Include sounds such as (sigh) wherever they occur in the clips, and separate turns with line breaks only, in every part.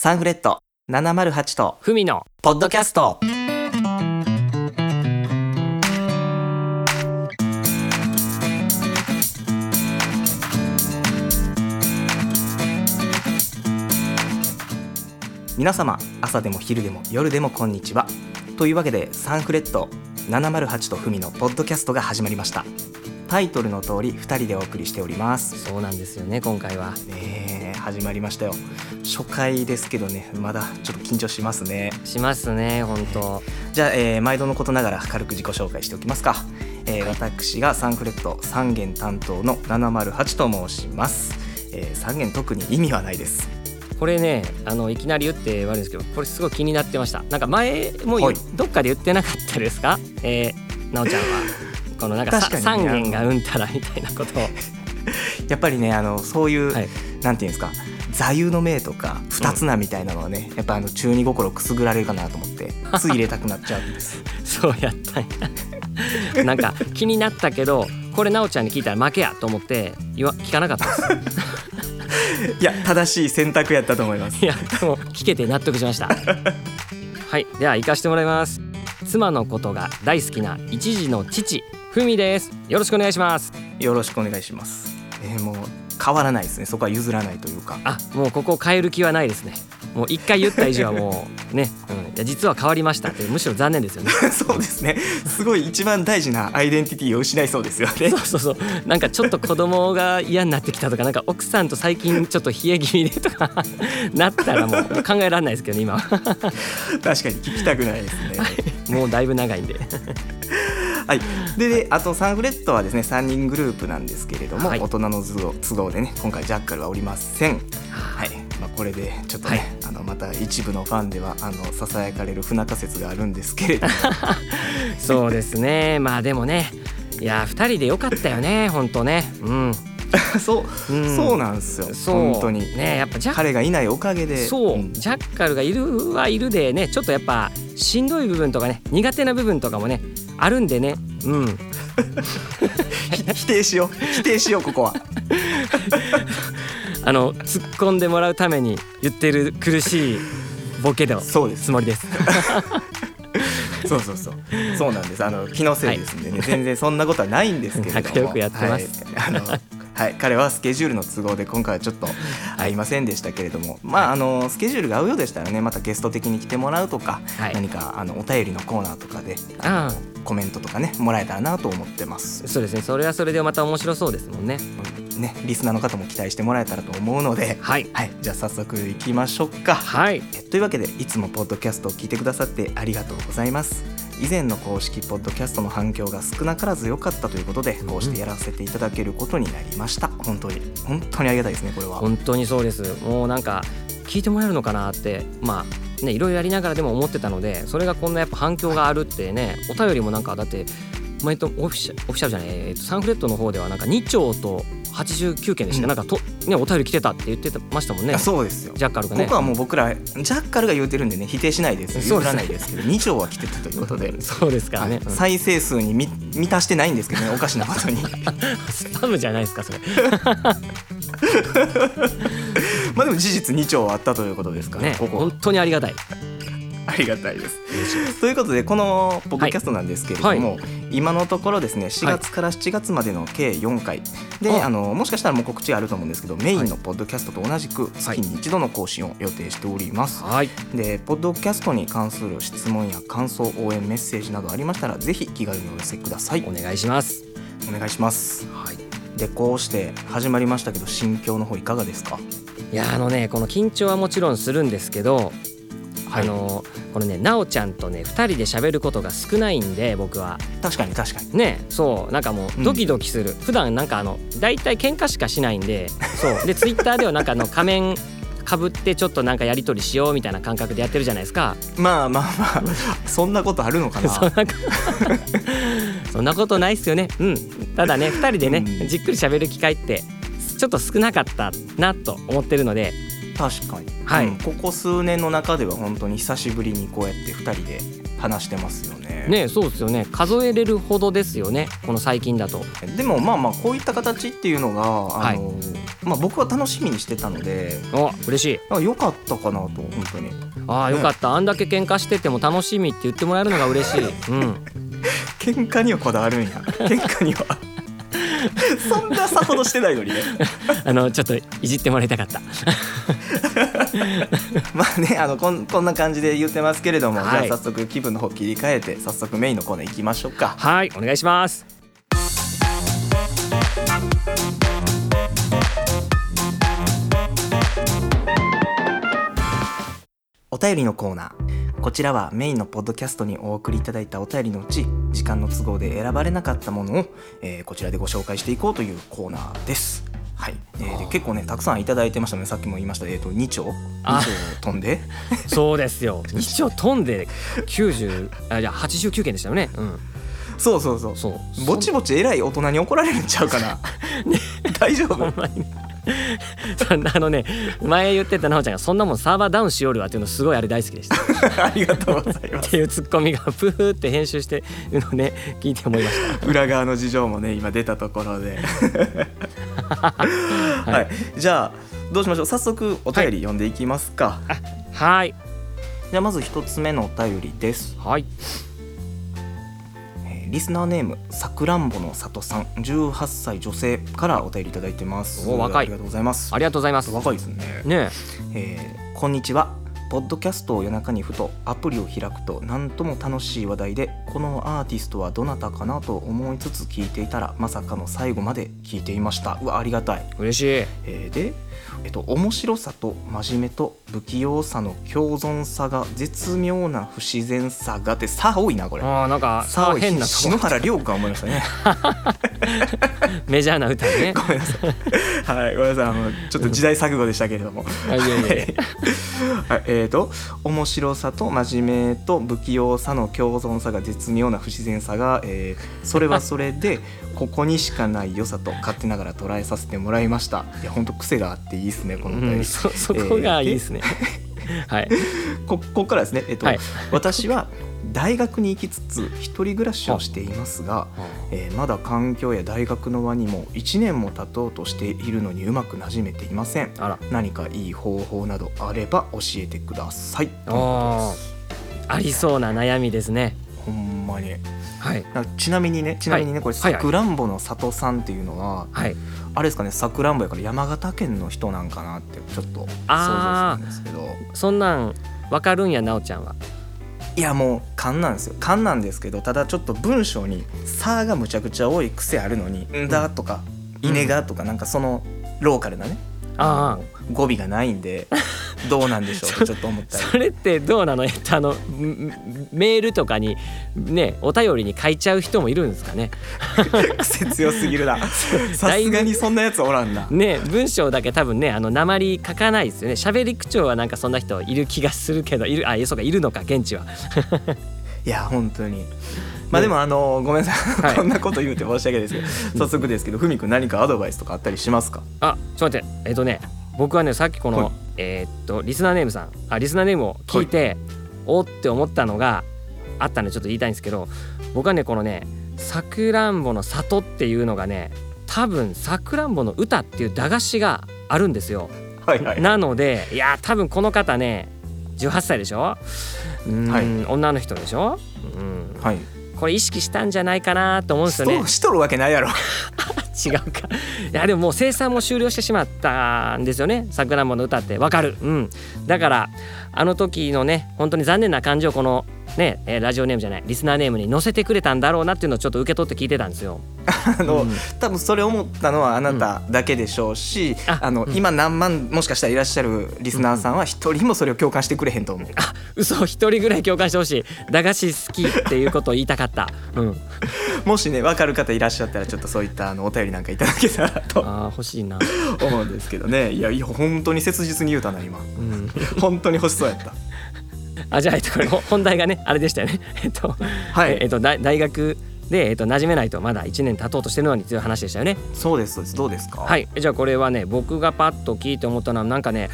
サンフレット708と
ふみの
ポッドキャスト皆様朝でも昼でも夜でもこんにちはというわけでサンフレット708とふみのポッドキャストが始まりましたタイトルの通り2人でお送りしております
そうなんですよね今回は
ねえ始まりましたよ初回ですけどねまだちょっと緊張しますね
しますね本当
じゃあ、えー毎度のことながら軽く自己紹介しておきますか、えー私がサンフレット3弦担当の708と申します、え3弦特に意味はないです
これねあのいきなり言って悪いんですけどこれすごい気になってましたなんか前も言
は
う
い
どっかで言ってなかったですかえー、なおちゃんはこのなんか
確かにね
3弦がうんたらみたいなことを
やっぱりねあのそういう、
はい
なんていうんですか座右の銘とか二つ名みたいなのはね、やっぱあの中二心くすぐられるかなと思 (laughs) ってつい入れたくなっちゃうんです
そうやったんやなんか気になったけどこれなおちゃんに聞いたら負けやと思って言わ聞かなかったです
いや正しい選択やったと思います
いやでも聞けて納得しましたはいでは行かしてもらいます妻のことが大好きな一児の父ふみですよろしくお願いします
よろしくお願いします。えーもう変わらないですね。そこは譲らないというか。
あもうここを変える気はないですねもう一回言った以上はもうね、うん、いや実は変わりましたってむしろ残念ですよね
(laughs) そうですね。すごい一番大事なアイデンティティを失いそうですよ
(laughs)
ね
(laughs) そ。うそうそうなんかちょっと子供が嫌になってきたとかなんか奥さんと最近ちょっと冷え気味でとか (laughs) なったらもう考えられないですけどね今は
確かに聞きたくないですね。
もうだいぶ長いんで
はい。で、であとサンフレットはですね、3人グループなんですけれども、
はい
大人の都合都合でね、今回ジャッカルはおりません。はい。まあこれでちょっとね、
はい
あのまた一部のファンではあのささやかれる不仲説があるんですけれど
(laughs)
も、
そうですねまあでもねいや2人でよかったよね本当ねうん
そう、
うん
そうなんですよ。
そう
本当に。
ねやっぱジャッカ
彼がいないおかげで、
そう、
ん (laughs)
ジャッカルがいるはいるでねちょっとやっぱしんどい部分とかね苦手な部分とかもねあるんでねうん
ひ否定しよう、否定しようここ
(laughs)
は。
あの突っ込んでもらうために言ってる苦し
(laughs)
いボケの
そうです
つ。もりです。
そうそうそう。 (laughs) そうなんです。あの気のせいですんでね、全然そんなことはないんですけれども。
仲良くやってます
はい、あのはい、彼はスケジュールの都合で今回はちょっと合いませんでしたけれども、まああのスケジュールが合うようでしたらね、またゲスト的に来てもらうとか、
はい
何かあのお便りのコーナーとかで
あ
コメントとかねもらえたらなと思ってます
あ。そうですねそれはそれでまた面白そうですもんね。
ね、リスナーの方も期待してもらえたらと思うので、
はい
はい、じゃあ早速行きましょうか。
はい
えというわけでいつもポッドキャストを聞いてくださってありがとうございます以前の公式ポッドキャストの反響が少なからず良かったということでこうしてやらせていただけることになりました本当に本当にありがたいですねこれは
本当にそうですもうなんか聞いてもらえるのかなってまあねいろいろやりながらでも思ってたのでそれがこんなやっぱ反響があるってねお便りもなんかだって毎とオフィシャオフィシャルじゃない、えーとサンフレットの方ではなんか2兆と89件でした、
うん
なんかと、ね、お便り来てたって言ってましたもんね
あそうですよ
ジャッカルが
こ
ね
こはもう僕らジャッカルが言うてるんでね否定しないです
そ
譲
うです
らないですけど2条は来てたということ
(laughs)
で
そうですからね、
はい再生数に満満たしてないんですけどねおかしなこと
(laughs)
に
スパムじゃないですかそれ
まあでも事実2兆はあったということですから、
ね
ここは
本当にありがたい
ありがたいです。ということでこのポッドキャストなんですけれども、
はいは
今のところですね4月から7月までの計4回で、
あ
あのもしかしたらもう告知あると思うんですけどメインのポッドキャストと同じく月に一度の更新を予定しております。
はい
でポッドキャストに関する質問や感想応援メッセージなどありましたらぜひ気軽にお寄せください
お願いします
お願いします
はい
でこうして始まりましたけど心境の方いかがですか
いやあのねこの緊張はもちろんするんですけど、
はい
あのこのねなおちゃんとね2人で喋ることが少ないんで僕は
確かに確かに
ねそうなんかも
う
うんドキドキする、普段なんかあの大体喧嘩しかしないんでそうでツイッターではなんかあ
(laughs)
の仮面かぶってちょっとなんかやり取りしようみたいな感覚でやってるじゃないですか
まあまあまあ (laughs) そんなことあるのかな
そんな (laughs) そんなことないっすよねうんただね2人でね、
うん
じっくり喋る機会ってちょっと少なかったなと思ってるので
確かに、
はい
うんここ数年の中では本当に久しぶりにこうやって2人で話してますよね。
ねそうですよね数えれるほどですよねこの最近だと
でもまあまあこういった形っていうのがあの、
は
まあ、僕は楽しみにしてたので
あ嬉しい
あ良かったかなと本当に
あー
ね
よかったあんだけ喧嘩してても楽しみって言ってもらえるのが嬉しい、うん、
喧嘩にはこだわるんや喧嘩には (laughs) そんなさほどしてないの
(laughs)
にね
(laughs) あのちょっといじってもらいたかった
まあねあのこんこんな感じで言ってますけれども、
はい
じゃあ早速気分の方切り替えて早速メインのコーナー行きましょうか
(laughs) はいお願いします
お便りのコーナーこちらはメインのポッドキャストにお送りいただいたお便りのうち時間の都合で選ばれなかったものを、えーこちらでご紹介していこうというコーナーです。はい、えーで結構ねたくさんいただいてましたねさっきも言いました、えー、と2丁2
あ
丁飛んで
そうですよ一応飛んで90あじゃあ89件でしたよねうん
そうそうそう
そう
ぼち
ぼ
ぼち偉い大人に怒られるんちゃうかな、大丈夫
(laughs) あのね前言ってた奈緒ちゃんが「そんなもんサーバーダウンしよるわ」っていうのすごいあれ大好き (laughs) でしたっ
ありがとうございます
ていうツッコミがプーって編集してるのね聞いて思いました
裏側の事情もね今出たところで (laughs) はい、
はい
じゃあどうしましょう早速お便り読んでいきますか、
はい
じゃあまず一つ目のお便りです、
はい
えーリスナーネームさくらんぼの里さん18歳女性からお便りいただいてます
お
あ
若い
りがとうございます
ありがとうございます
若いですね、
ね
えーこんにちはポッドキャストを夜中にふとアプリを開くと何とも楽しい話題でこのアーティストはどなたかなと思いつつ聞いていたらまさかの最後まで聞いていましたうわありがたい
え嬉しい
えーで、えっと、面白さと真面目と不器用さの共存さが絶妙な不自然さがってさ多いなこれ。
あーなんか
さ
さ
多い
変なと
篠
こ
原涼子が思いました
(laughs)
ね。
メジャーな歌 (laughs) ね
ごめんなさい。はい、ごめんなさい。あのちょっと時代錯誤でしたけれども。
あいやいや
(laughs)
いや
はい、えーと面白さと真面目と不器用さの共存さが絶妙な不自然さが、えーそれはそれで (laughs) ここにしかない良さと勝手ながら捉えさせてもらいました。いや本当癖があっていいですねこのお
う
便
ん、
り。
そそこがいいですね。 (laughs) はい、
こここからですね、えっと
はい
私は大学に行きつつ一人暮らしをしていますが、えーまだ環境や大学の輪にも1年も経とうとしているのにうまくなじめていません
あら、
何かいい方法などあれば教えてください
あーありそうな悩みですね。
ほんまに
はい、
なちなみにねちなみにね、これ
はい
さくらんぼの里さんっていうのは
はい、
あれですかねさくらんぼやから山形県の人なんかなってちょっと想像
あ
す
ー
るんですけど
そんなんわかるんや、なおちゃんは。
いやもう勘なんですよ勘なんですけどただちょっと文章に「さ」がむちゃくちゃ多い癖あるのに「んだ」とか「
うん
いねが」とかなんかそのローカルなね
ああ、
語尾がないん
(laughs)
でどうなんでしょうってちょっと思ったり
それってどうなの、えっと、あの、んメールとかに。ね、お便りに書いちゃう人もいるんですかね。
癖強すぎるなさすがにそんなやつおらんな
ね、文章だけ多分ね、あの、鉛書かないですよね。喋り口調はなんかそんな人いる気がするけど、いる、あ、そうか、いるのか、現地は。
いや本当にまあでもあのごめんなさ
はいい
こんなこと言うて申し訳ないですけど早速ですけどふみくん何かアドバイスとかあったりしますか
あ、ちょっと待って、えっ、とね、僕はね、さっきこの、
はい
えーっと、リスナーネームさん、あ、リスナーネームを聞いて、おって思ったのがあったんで、ちょっと言いたいんですけど、僕はね、このね、さくらんぼの里っていうのがね、多分さくらんぼの歌っていう駄菓子があるんですよ。
はいはい
なので、いやー、多分この方ね、18歳でしょうーん、
はい
女の人でしょうん、
はい
これ意識したんじゃないかなと思うんです
し
よね
と。しとるわけないやろ (laughs)
違うかいやでももう生産も終了してしまったんですよね「さくらんぼの歌」ってわかる、うん、だからあの時のね本当に残念な感じをこのねえーラジオネームじゃないリスナーネームに載せてくれたんだろうなっていうのをちょっと受け取って聞いてたんですよ。
あの、
うん
多分それ思ったのはあなただけでしょうし、
あ
あの、
うん
今何万もしかしたらいらっしゃるリスナーさんは一人もそれを共感してくれへんと思う、
あ嘘一人ぐらい共感してほしい駄菓子好きっていうことを言いたかった。うん、
もしね分かる方いらっしゃったらちょっとそういったあのお便りなんかいただけたらと
あー欲しいな、
思うんですけどねいやいや本当に切実に言うたな (laughs) 今
うん、
本当に欲しそうやった
あじゃあ、えっと、これほ本題がねあれでしたよね。 (laughs) えっと
はい
えっと、大大学で、えっと、馴染めないとまだ1年経とうとしてるのにという話でしたよね。
そうですそうですどうですか
はいい、じゃあこれはね僕がパッと聞いて思ったのはなんかね、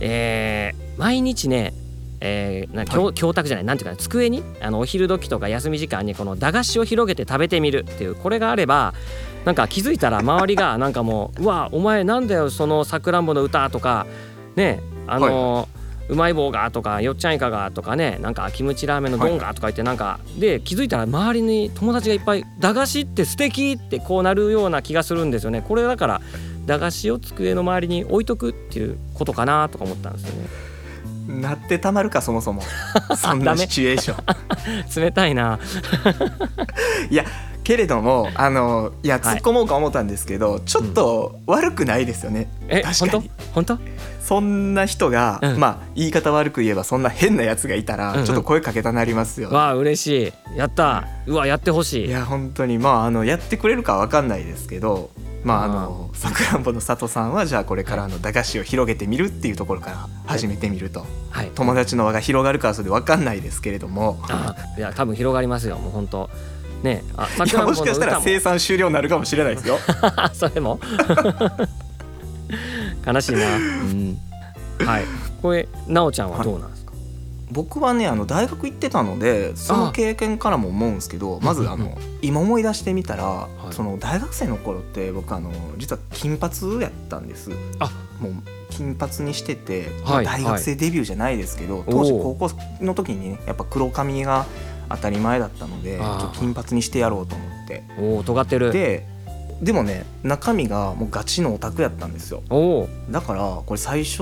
えー毎日ねえーな教教卓じゃないなんていうかな机にあのお昼時とか休み時間にこの駄菓子を広げて食べてみるっていうこれがあればなんか気づいたら周りがなんかもう「うわお前なんだよそのさくらんぼの歌」とかねあのーうまい棒がとかよっちゃんいかがとかねなんかキムチラーメンのどんがとか言ってなんかで気づいたら周りに友達がいっぱい駄菓子って素敵ってこうなるような気がするんですよねこれだから駄菓子を机の周りに置いとくっていうことかなとか思ったんですよね
なってたまるかそも (laughs) そもそん
ダ
な
メ
シチュエーション
冷たいない
やけれどもあのいや
はい
突っ込もうか思ったんですけど、ちょっと悪くないですよね、
え
確かに
本当本
そんな人が、
うん
まあ言い方悪く言えばそんな変なやつがいたら、
うんうん
ちょっと声かけたなりますよ
当わあ嬉しいやったうわやってほしい
いや本当にまああのやってくれるかわかんないですけどまああのさくらんぼの里さんはじゃあこれからあの駄菓子を広げてみるっていうところから始めてみると
はい
友達の輪が広がるかはそれでわかんないですけれども
あいや多分広がりますよもう本当ねあさ
い
く
や
らんぼ
も
の
しかしたら
歌も
生産終了になるかもしれない
(laughs)
ですよ
あそれも悲しいな、うん、はいこれなおちゃんはどうなんですか、
僕はねあの大学行ってたのでその経験からも思うんですけどまずあ
うんう
の今思い出してみたら、
い
その大学生の頃って僕あの実は金髪やったんです
あ
もう金髪にしてて、
はい
大学生デビューじゃないですけど、
い
当時
お
高
ー
校の時にねやっぱ黒髪が当たり前だったのでち
あ
ょ
ー
っと金髪にしてやろうと思って
おお尖ってる
ででもね中身がもうガチのオタクやったんですよ
おお
だからこれ最初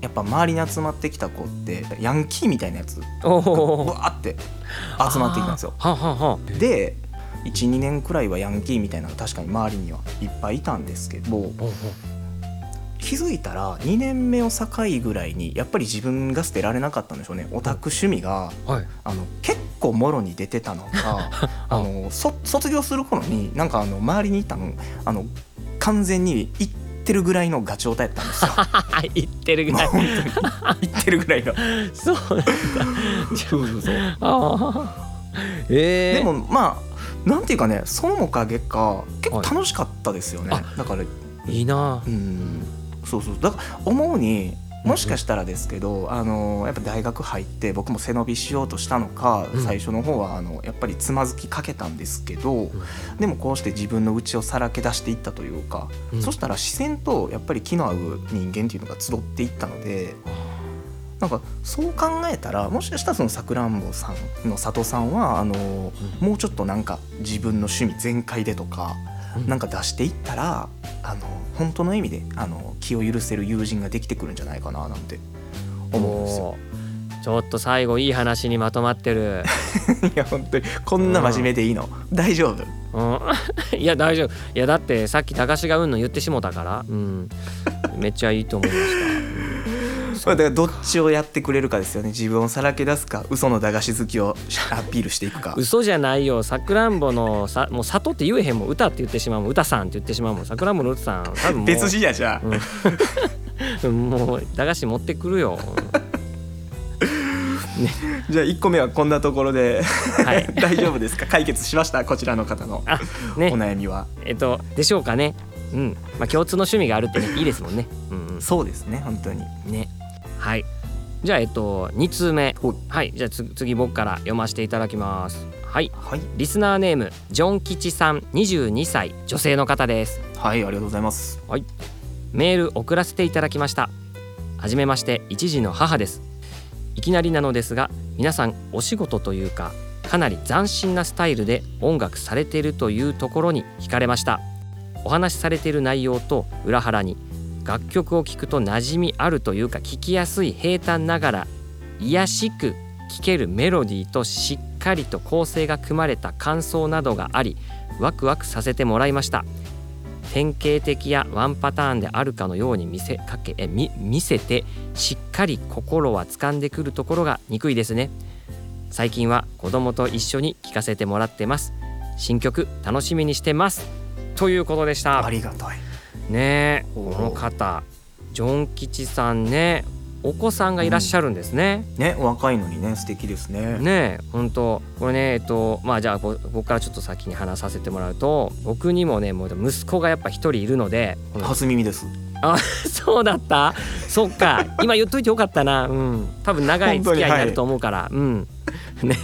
やっぱ周りに集まってきた子ってヤンキーみたいなやつ
お
が
お
わーって集まってきたんですよ。
はんはんはん
で12年くらいはヤンキーみたいなのが確かに周りにはいっぱいいたんですけど
おお
気づいたら2年目を境ぐらいにやっぱり自分が捨てられなかったんでしょうねオタク趣味が
はい
あの結構もろに出てたのがあのそ卒業する頃になんかあの周りにいたのあの完全に行ってるぐらいのガチオタやったん
(laughs)
ですよ。
あ言ってるぐ
もう
らい
本当に行ってるぐらいの
そうあーえー、
でもまあなんていうかねそのおかげか結構楽しかったですよね、
はい
だから
いいな
うんそうそうだから思うにもしかしたらですけど、あのやっぱ大学入って僕も背伸びしようとしたのか、
うん
最初の方はあのやっぱりつまずきかけたんですけど、
ん
でもこうして自分の内をさらけ出していったというか、
うん
そしたら自然とやっぱり気の合う人間っていうのが集っていったので。なんかそう考えたらもしかしたらそのさくらんぼさんの里さんはあの、
う
もうちょっとなんか自分の趣味全開でとか、
うん
なんか出していったらあの本当の意味であの気を許せる友人ができてくるんじゃないかななんて思うんですよ。
おーちょっと最後いい話にまとまってる、
(laughs) いや本当にこんな真面目でいいの、大丈夫
うん、 (laughs) いや大丈夫いやだってさっき駄菓子がうんの言ってしもたから、うん、めっちゃいいと思いまし
ま
た
あだからどっちをやってくれるかですよね自分をさらけ出すか嘘の駄菓子好きをアピールしていくか。
嘘じゃないよさくらんぼのさもう里って言えへんもん歌って言ってしまうもん歌さんって言ってしまうもんさくらんぼの歌さん多分もう
別人やじゃあ、
うんもう駄菓子持ってくるよ
じゃあ1個目はこんなところで、
はい
(laughs) 大丈夫ですか解決しましたこちらの方の
あ
お (laughs)
ね
悩みは、
えっとでしょうかねうんまあ共通の趣味があるって、ね、いいですもんねうんうん
そうですね本当に
ねはいじゃあえっと2通目
ほい
はいじゃあつ次僕から読ませていただきますはい
はい
リスナーネームジョン吉さん22歳女性の方です
はいありがとうございます
メール送らせていただきましたはじめまして一児の母ですいきなりなのですが皆さんお仕事というかかなり斬新なスタイルで音楽されているというところに惹かれましたお話しされている内容と裏腹に楽曲を聴くと馴染みあるというか聴きやすい平坦ながら癒やしく聴けるメロディーとしっかりと構成が組まれた感想などがありワクワクさせてもらいました典型的やワンパターンであるかのように見せかけえみ見せてしっかり心は掴んでくるところが憎いですね最近は子供と一緒に聴かせてもらってます新曲楽しみにしてますということでした
ありがたい
ねえこ
おー
の方ジョン吉さんねお子さんがいらっしゃるんですね、
ねお若いのにね素敵ですね
ねえ本当これねえっとまあじゃあぼ僕からちょっと先に話させてもらうと僕にもねもう息子がやっぱ一人いるのでこの
初耳です
あ (laughs) そうだったそっか今言っといてよかったなうん多分長い付き合いになると思うから、うんね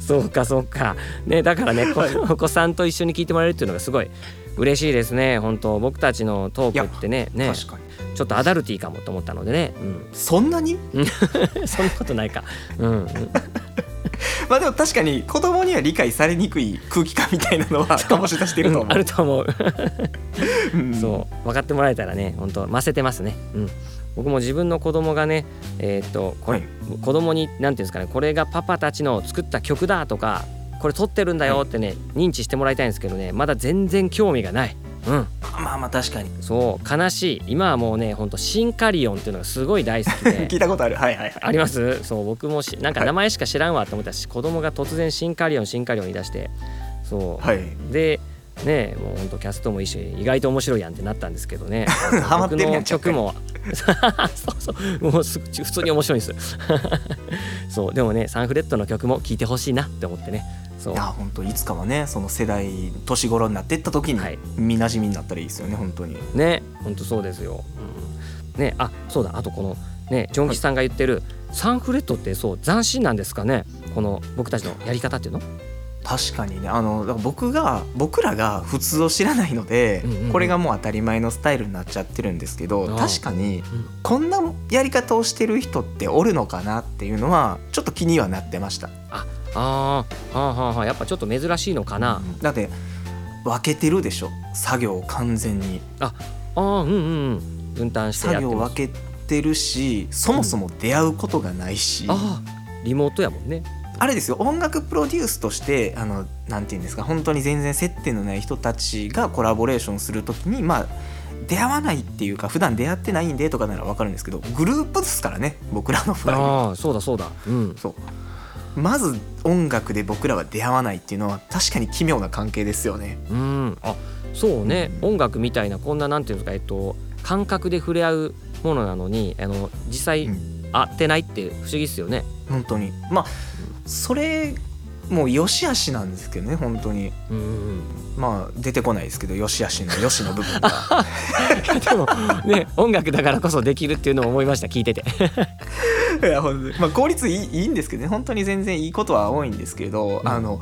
そうかそうかねだからね、こお子さんと一緒に聞いてもらえるっていうのがすごい嬉しいですね本当僕たちのトークってねね
確かに
ちょっとアダルティーかもと思ったのでね、
そんなに
うん、 (laughs) そんなことないかうん
まあでも確かに子供には理解されにくい空気感みたいなのは醸し出してると思
うんあ
う
ると思う、
うん
そう分かってもらえたらね本当ませてますね、うん、僕も自分の子供がねえーっとこれ、
はい
子供に何ていうんですかねこれがパパたちの作った曲だとかこれ撮ってるんだよってね、認知してもらいたいんですけどねまだ全然興味がない。うん、
まあまあ確かに
そう悲しい今はもうねほんとシンカリオンっていうのがすごい大好きで
聞いたことあるはいはいはい
ありますそう僕もしなんか
はい
名前しか知らんわと思ったし、子供が突然シンカリオンシンカリオン言い出してそう、
はい
でねもうほんとキャストもいいし意外と面白いやんってなったんですけどね
(laughs) ハマって
僕
るや
の
んちょっと
曲も (laughs) そうそうもうすぐ普通に面白いんです (laughs) そうでもねサンフレットの曲も聴いてほしいなって思ってねそう
いや本当いつかはねその世代年頃になっていった時に
はい
見なじみになったらいいですよね本当に
ね本当そうですよ、うん、ねあそうだあとこのねジョン吉さんが言ってる、サンフレットってそう斬新なんですかねこの僕たちのやり方っていうの
確かにねあのだから僕が僕らが普通を知らないので、
うんうんうん
これがもう当たり前のスタイルになっちゃってるんですけど
ああ
確かに
ん
こんなやり方をしてる人っておるのかなっていうのはちょっと気にはなってました。
あーはあはあはあやっぱちょっと珍しいのかな、
うんだって分けてるでしょ作業を完全に
ああーうんうんうん分担してや
作
って
業
ます
分けてるしそもそも出会うことがないし、
あーリモートやもんね
あれですよ音楽プロデュースとしてあのなんていうんですか本当に全然接点のない人たちがコラボレーションするときにまあ出会わないっていうか普段出会ってないんでとかなら分かるんですけどグループですからね僕らの場合
ああそうだそうだうん
そうまず音楽で僕らは出会わないっていうのは確かに奇妙な関係ですよね
うんあそうね、
うん
音楽みたいなこんななんていうんですかえっと感覚で触れ合うものなのにあの実際、
うん
合ってないって不思議っすよね
本当にまあそれもう良し悪しなんですけどね本当に
うんうん
(laughs)
うん
まあ出てこないですけど良し悪しの良しの部分が
でもね音楽だからこそできるっていうのを思いました聞いて (laughs) て
いや本当にまあ効率いいいいんですけどね本当に全然いいことは多いんですけど、
うん
あの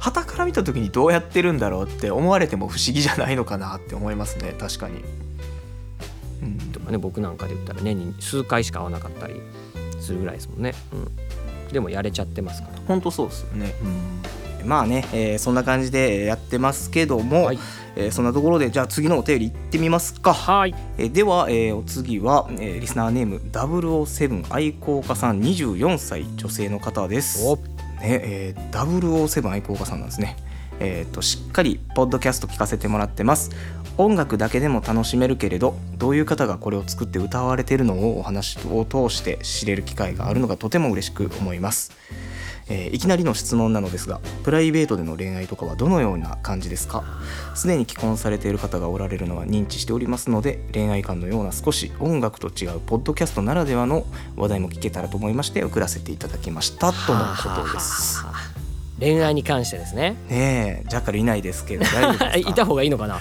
旗から見た時にどうやってるんだろうって思われても不思議じゃないのかなって思いますね確かに、うん、
とかね僕なんかで言ったら年に数回しか会わなかったりするぐらいですもんね、うん、でもやれちゃってますから
本当そうですよね、まあね、えーそんな感じでえーやってますけども、
はい
えーそんなところでじゃあ次のお便り行ってみますか
はい
えーでは、えーお次は、えーリスナーネーム007愛好家さん24歳女性の方です
お
ねえー、007愛好家さんなんですね。えー、としっかりポッドキャスト聞かせてもらってます音楽だけでも楽しめるけれどどういう方がこれを作って歌われてるのをお話を通して知れる機会があるのがとても嬉しく思います、えーいきなりの質問なのですがプライベートでの恋愛とかはどのような感じですかすでに既婚されている方がおられるのは認知しておりますので恋愛観のような少し音楽と違うポッドキャストならではの話題も聞けたらと思いまして送らせていただきましたとのことです
はあはあはあ恋愛に関してですね
ねえジャッカルいないです
(laughs)
けど大丈夫ですか
いた方がいいのかな、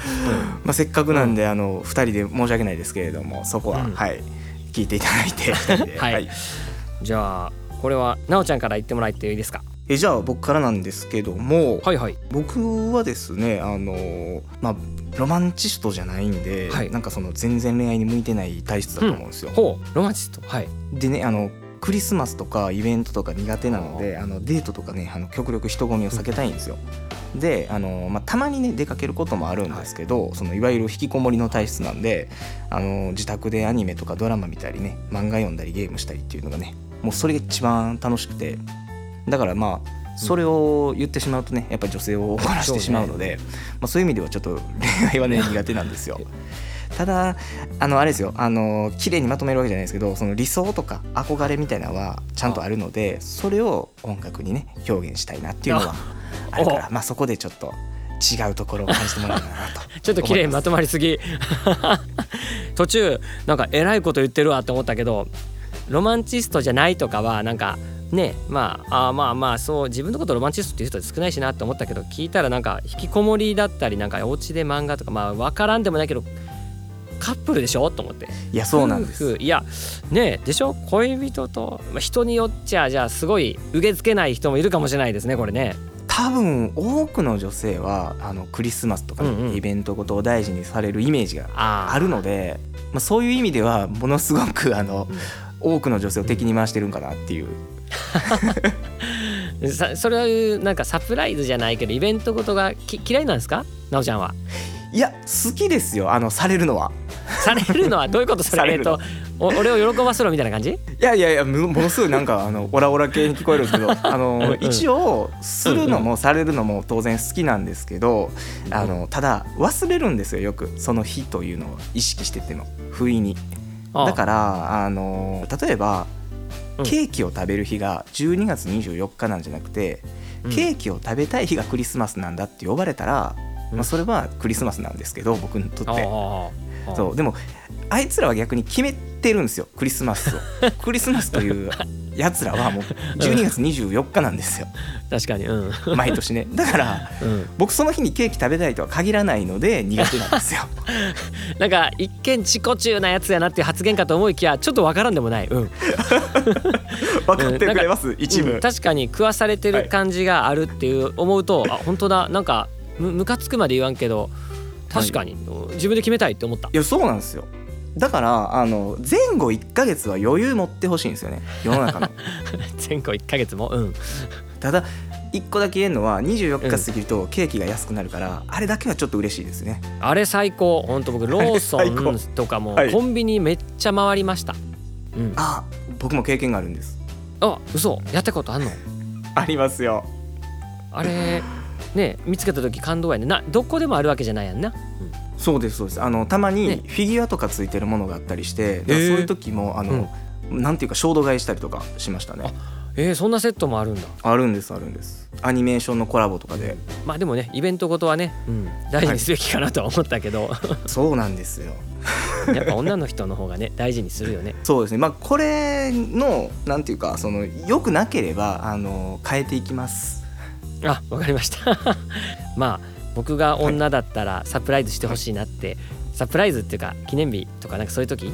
まあ、せっかくなんで、あの2人で申し訳ないですけれどもそこは、
うん
はい聞いていただい
(laughs)
て二人で
はいじゃあこれはなおちゃんから言ってもらっていいですか
えじゃあ僕からなんですけども、
はいはい
僕はですねあのまあロマンチストじゃないんで、
はい
なんかその全然恋愛に向いてない体質だと思うんですよ。
ほうロマンチストはい
でねあのクリスマスとかイベントとか苦手なのであのデートとかねあの極力人混みを避けたいんですよ。であの、まあ、たまにね出かけることもあるんですけど、い、そのいわゆる引きこもりの体質なんであの自宅でアニメとかドラマ見たりね漫画読んだりゲームしたりっていうのがねもうそれが一番楽しくてだからまあそれを言ってしまうとねやっぱり女性を怒らせてしまうのでまあ、そういう意味ではちょっと恋愛はね苦手なんですよ。ただあのあれですよあの綺麗にまとめるわけじゃないですけどその理想とか憧れみたいなのはちゃんとあるのでそれを音楽にね表現したいなっていうのはあるからまあそこでちょっと違うところを感じてもらえたらなと
(laughs) ちょっと綺麗にまとまりす (laughs) ぎ途中なんかえらいこと言ってるわって思ったけどロマンチストじゃないとかはなんかねまああーまあまあそう自分のことロマンチストっていう人少ないしなって思ったけど聞いたらなんか引きこもりだったりなんかお家で漫画とかまあ分からんでもないけどカップルでしょと思って
いやそうなんです
夫婦いやねえでしょ恋人と、まあ、人によっちゃじゃあすごい受け付けない人もいるかもしれないですねこれね
多分多くの女性はあのクリスマスとか
うんうん
のイベントごとを大事にされるイメージが
あー
あるので、まあ、そういう意味ではものすごくあの多くの女性を敵に回してるんかなっていう
さそれはなんかサプライズじゃないけどイベントごとがき嫌いなんですかなおちゃんはい
や好きですよあのされるのは
されるのはどういうことそ
さ
れ
れ
え
る
っとお俺を喜ばせろみたいな感じ
いやいやいやむものすごいなんかあのオラオラ系に聞こえるん
(laughs)
ですけどあ
うんう
の
ん
一応するのもされるのも当然好きなんですけど
ん
あのただ忘れるんですよよくその日というのを意識してても不意に
ああ
だからあの例えば
うん
ケーキを食べる日が12月24日なんじゃなくて、
うん
ケーキを食べたい日がクリスマスなんだって呼ばれたら、
うん
まあ、それはクリスマスなんですけど僕にと
あ
っ
あ
て
ああ
そうでもあいつらは逆に決めてるんですよクリスマ
(laughs)
スをクリスマスというやつらはもう12月24日なんですよ
確かにうん、
毎年ねだから
うん、
僕その日にケーキ食べたいとは限らないので苦手なんですよ
(laughs) なんか一見自己中なやつやなっていう発言かと思いきやちょっとわからんでもない、うん、
分かってくれます、一部、
うん確かに食わされてる感じがあるっていう思うと、あ本当だなんかむムカつくまで言わんけど確かに、自分で決めたいって思った
いやそうなんですよだからあの前後1ヶ月は余裕持ってほしいんですよね世の
(laughs)
中の
前後1ヶ月もうん
ただ1個だけ言えるのは24
うん
日過ぎるとケーキが安くなるから、あれだけはちょっと嬉しいですね
あれ最高本当僕ローソ
あれ
ンとかも
はい
コンビニめっちゃ回りました、うん、あ
あ僕も経験があるんです
嘘やったことあんの
ありますよ
あれね見つけた時感動やねなどこでもあるわけじゃないやんな、
そうですそうですあのたまに
ね
フィギュアとかついてるものがあったりして、だから
へー
そういう時もあの、なんていうか衝動買いしたりとかしましたね
えーそんなセットもあるんだ
あるんですあるんですアニメーションのコラボとかで
まあでもねイベントごとはね、うん、大事にすべきかなとは思ったけど、
そうなんですよ
(laughs) やっぱ女の人の方がね大事にするよね
そうですねまあこれのなんていうかその良くなければあの変えていきます
あわかりました (laughs) まあ僕が女だったらサプライズしてほしいなって、サプライズっていうか記念日とかなんかそういう時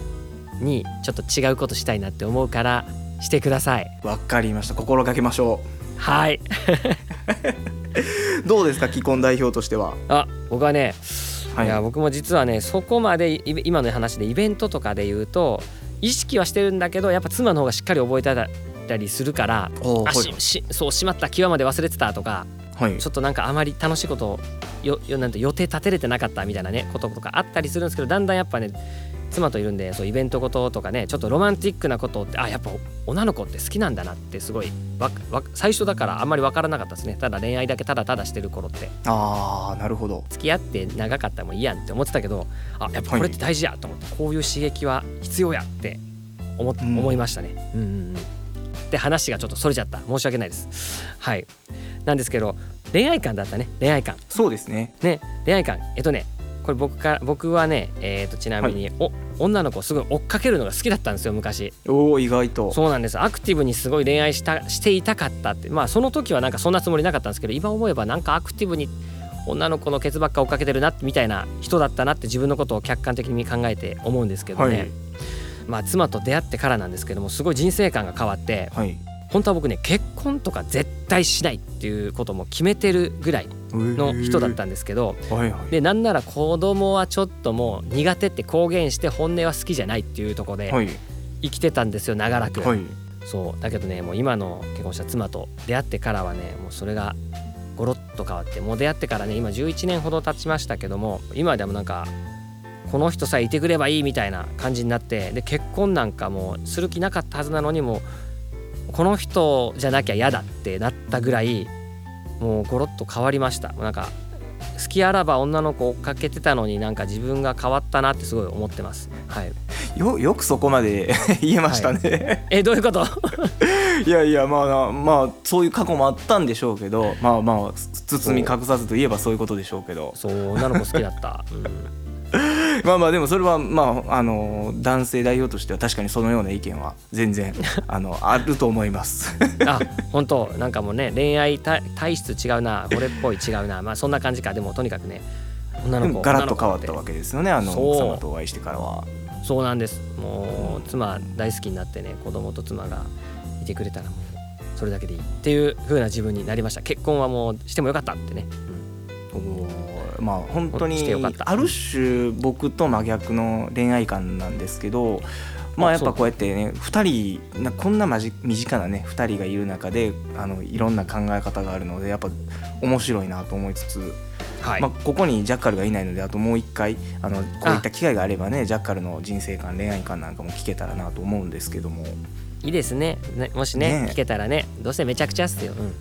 にちょっと違うことしたいなって思うからしてください
わかりました心がけましょ
はい
うどうですか既婚代表としては
あ僕はね、、
はい
や
い
僕も実はねそこまでい今の話でイベントとかで言うと意識はしてるんだけどやっぱ妻の方がしっかり覚えてたりするから
お
あ
ー
ししそうしまった際まで忘れてたとか
はいはい
ちょっとなんかあまり楽しいことをよよなんて予定立てれてなかったみたいなねこととかあったりするんですけどだんだんやっぱね妻といるんでそうイベントごととかねちょっとロマンティックなことってあやっぱ女の子って好きなんだなってすごいわわ最初だからあんまり分からなかったですねただ恋愛だけただただしてる頃って
あーなるほど
付き合って長かったらもういいやんって思ってたけどあやっぱこれって大事やと思ってこういう刺激は必要やって思,、
うん
思いましたね。うんうんうん、で話がちょっとそれちゃった申し訳ないです。はいなんですけど恋愛観だったね恋愛観。
そうですね
ね恋愛観えっとねこれ僕から僕はね、えー、とちなみに、お女の子をすごい追っかけるのが好きだったんですよ昔
おお意外と
そうなんですアクティブにすごい恋愛したしていたかったってまあその時はなんかそんなつもりなかったんですけど今思えばなんかアクティブに女の子のケツばっか追っかけてるなみたいな人だったなって自分のことを客観的に考えて思うんですけどね、
はい
まあ妻と出会ってからなんですけどもすごい人生観が変わって
はい
本当は僕ね結婚とか絶対しないっていうことも決めてるぐらいの人だったんですけど、
はいはい
でなんなら子供はちょっともう苦手って公言して本音は好きじゃないっていうところ
は
で
い
生きてたんですよ長らく、
はい
そうだけどねもう今の結婚した妻と出会ってからはねもうそれがゴロッと変わってもう出会ってからね今11年ほど経ちましたけども今でもなんかこの人さえいてくればいいみたいな感じになってで結婚なんかもうする気なかったはずなのにもうこの人じゃなきゃ嫌だってなったぐらいもうゴロッと変わりましたもうなんか好きあらば女の子追っかけてたのになんか自分が変わったなってすごい思ってますはい
よよくそこまで (laughs) 言えましたね、
えどういうこと
(laughs) いやいやまあまあそういう過去もあったんでしょうけどまあまあ包み隠さずといえばそういうことでしょうけど
(laughs) そう女の子好きだった、うん
まあまあでもそれはまああの男性代表としては確かにそのような意見は全
(laughs)
然あのあると思います。
あ本当なんかもうね恋愛体体質違うな俺っぽい違うなまあそんな感じかでもとにかくね女
で
の
も (laughs)
子
ガラッと
女
変わ
の子
ったわけですよねあの
そう
奥様とお会いしてからは
そうなんですもう妻大好きになってね子供と妻がいてくれたらもうそれだけでいいっていう風な自分になりました結婚はもうしてもよかったってね、
おまあ本当
して
に
よかった
ある種僕と真逆の恋愛観なんですけどまあ
あ
やっぱこうやってね2人なこんなまじ身近なね2人がいる中であのいろんな考え方があるのでやっぱ面白いなと思いつつ
はい、
まあ、ここにジャッカルがいないのであともう一回あのこういった機会があればねジャッカルの人生観恋愛観なんかも聞けたらなと思うんですけども
いいですねねもしね
ね
聞けたらねどうせめちゃくちゃっすよ、
(laughs)
うん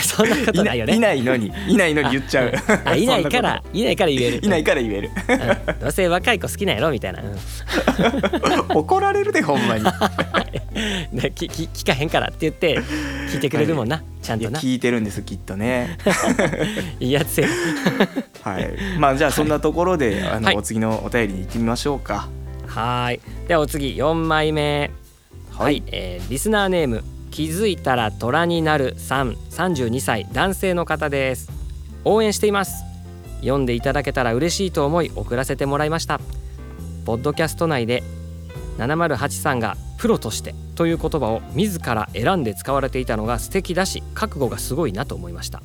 そんなことないよね
いないいないのにいないのに言っちゃう
あいない
(laughs)
か
そんな
ら
こ
いないから言える
といないから言
(laughs)
える
うんどうせ若い子好きなんやろみたいな、うん
怒られるでほんまに
(laughs) できき聞かへんからって言 (laughs) って聞いてくれるもんな、ちゃん
いや
とない
聞いてるんですきっと
(laughs)
ね
いやつや
はいまあじゃあそんなところで、あの
はい
お次のお便りに行ってみましょうか
はーいではお次4枚目はい、えーリスナーネーム気づいたら虎になるさん32歳男性の方です応援しています読んでいただけたら嬉しいと思い送らせてもらいましたポッドキャスト内で708さんがプロとしてという言葉を自ら選んで使われていたのが素敵だし覚悟がすごいなと思いました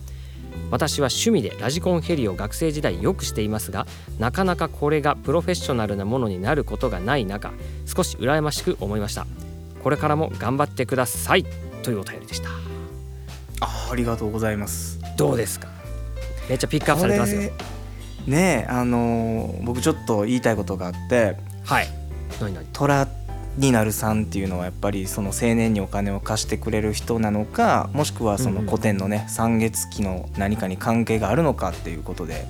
私は趣味でラジコンヘリを学生時代よくしていますがなかなかこれがプロフェッショナルなものになることがない中少し羨ましく思いましたこれからも頑張ってくださいというお便りでした
あありがとうございます
どうですかめっちゃピックアップされてますよ
これねえあのー僕ちょっと言いたいことがあって
はい何何
虎になるさんっていうのはやっぱりその青年にお金を貸してくれる人なのかもしくはその
うんうん
古典のね三月期の何かに関係があるのかっていうことで、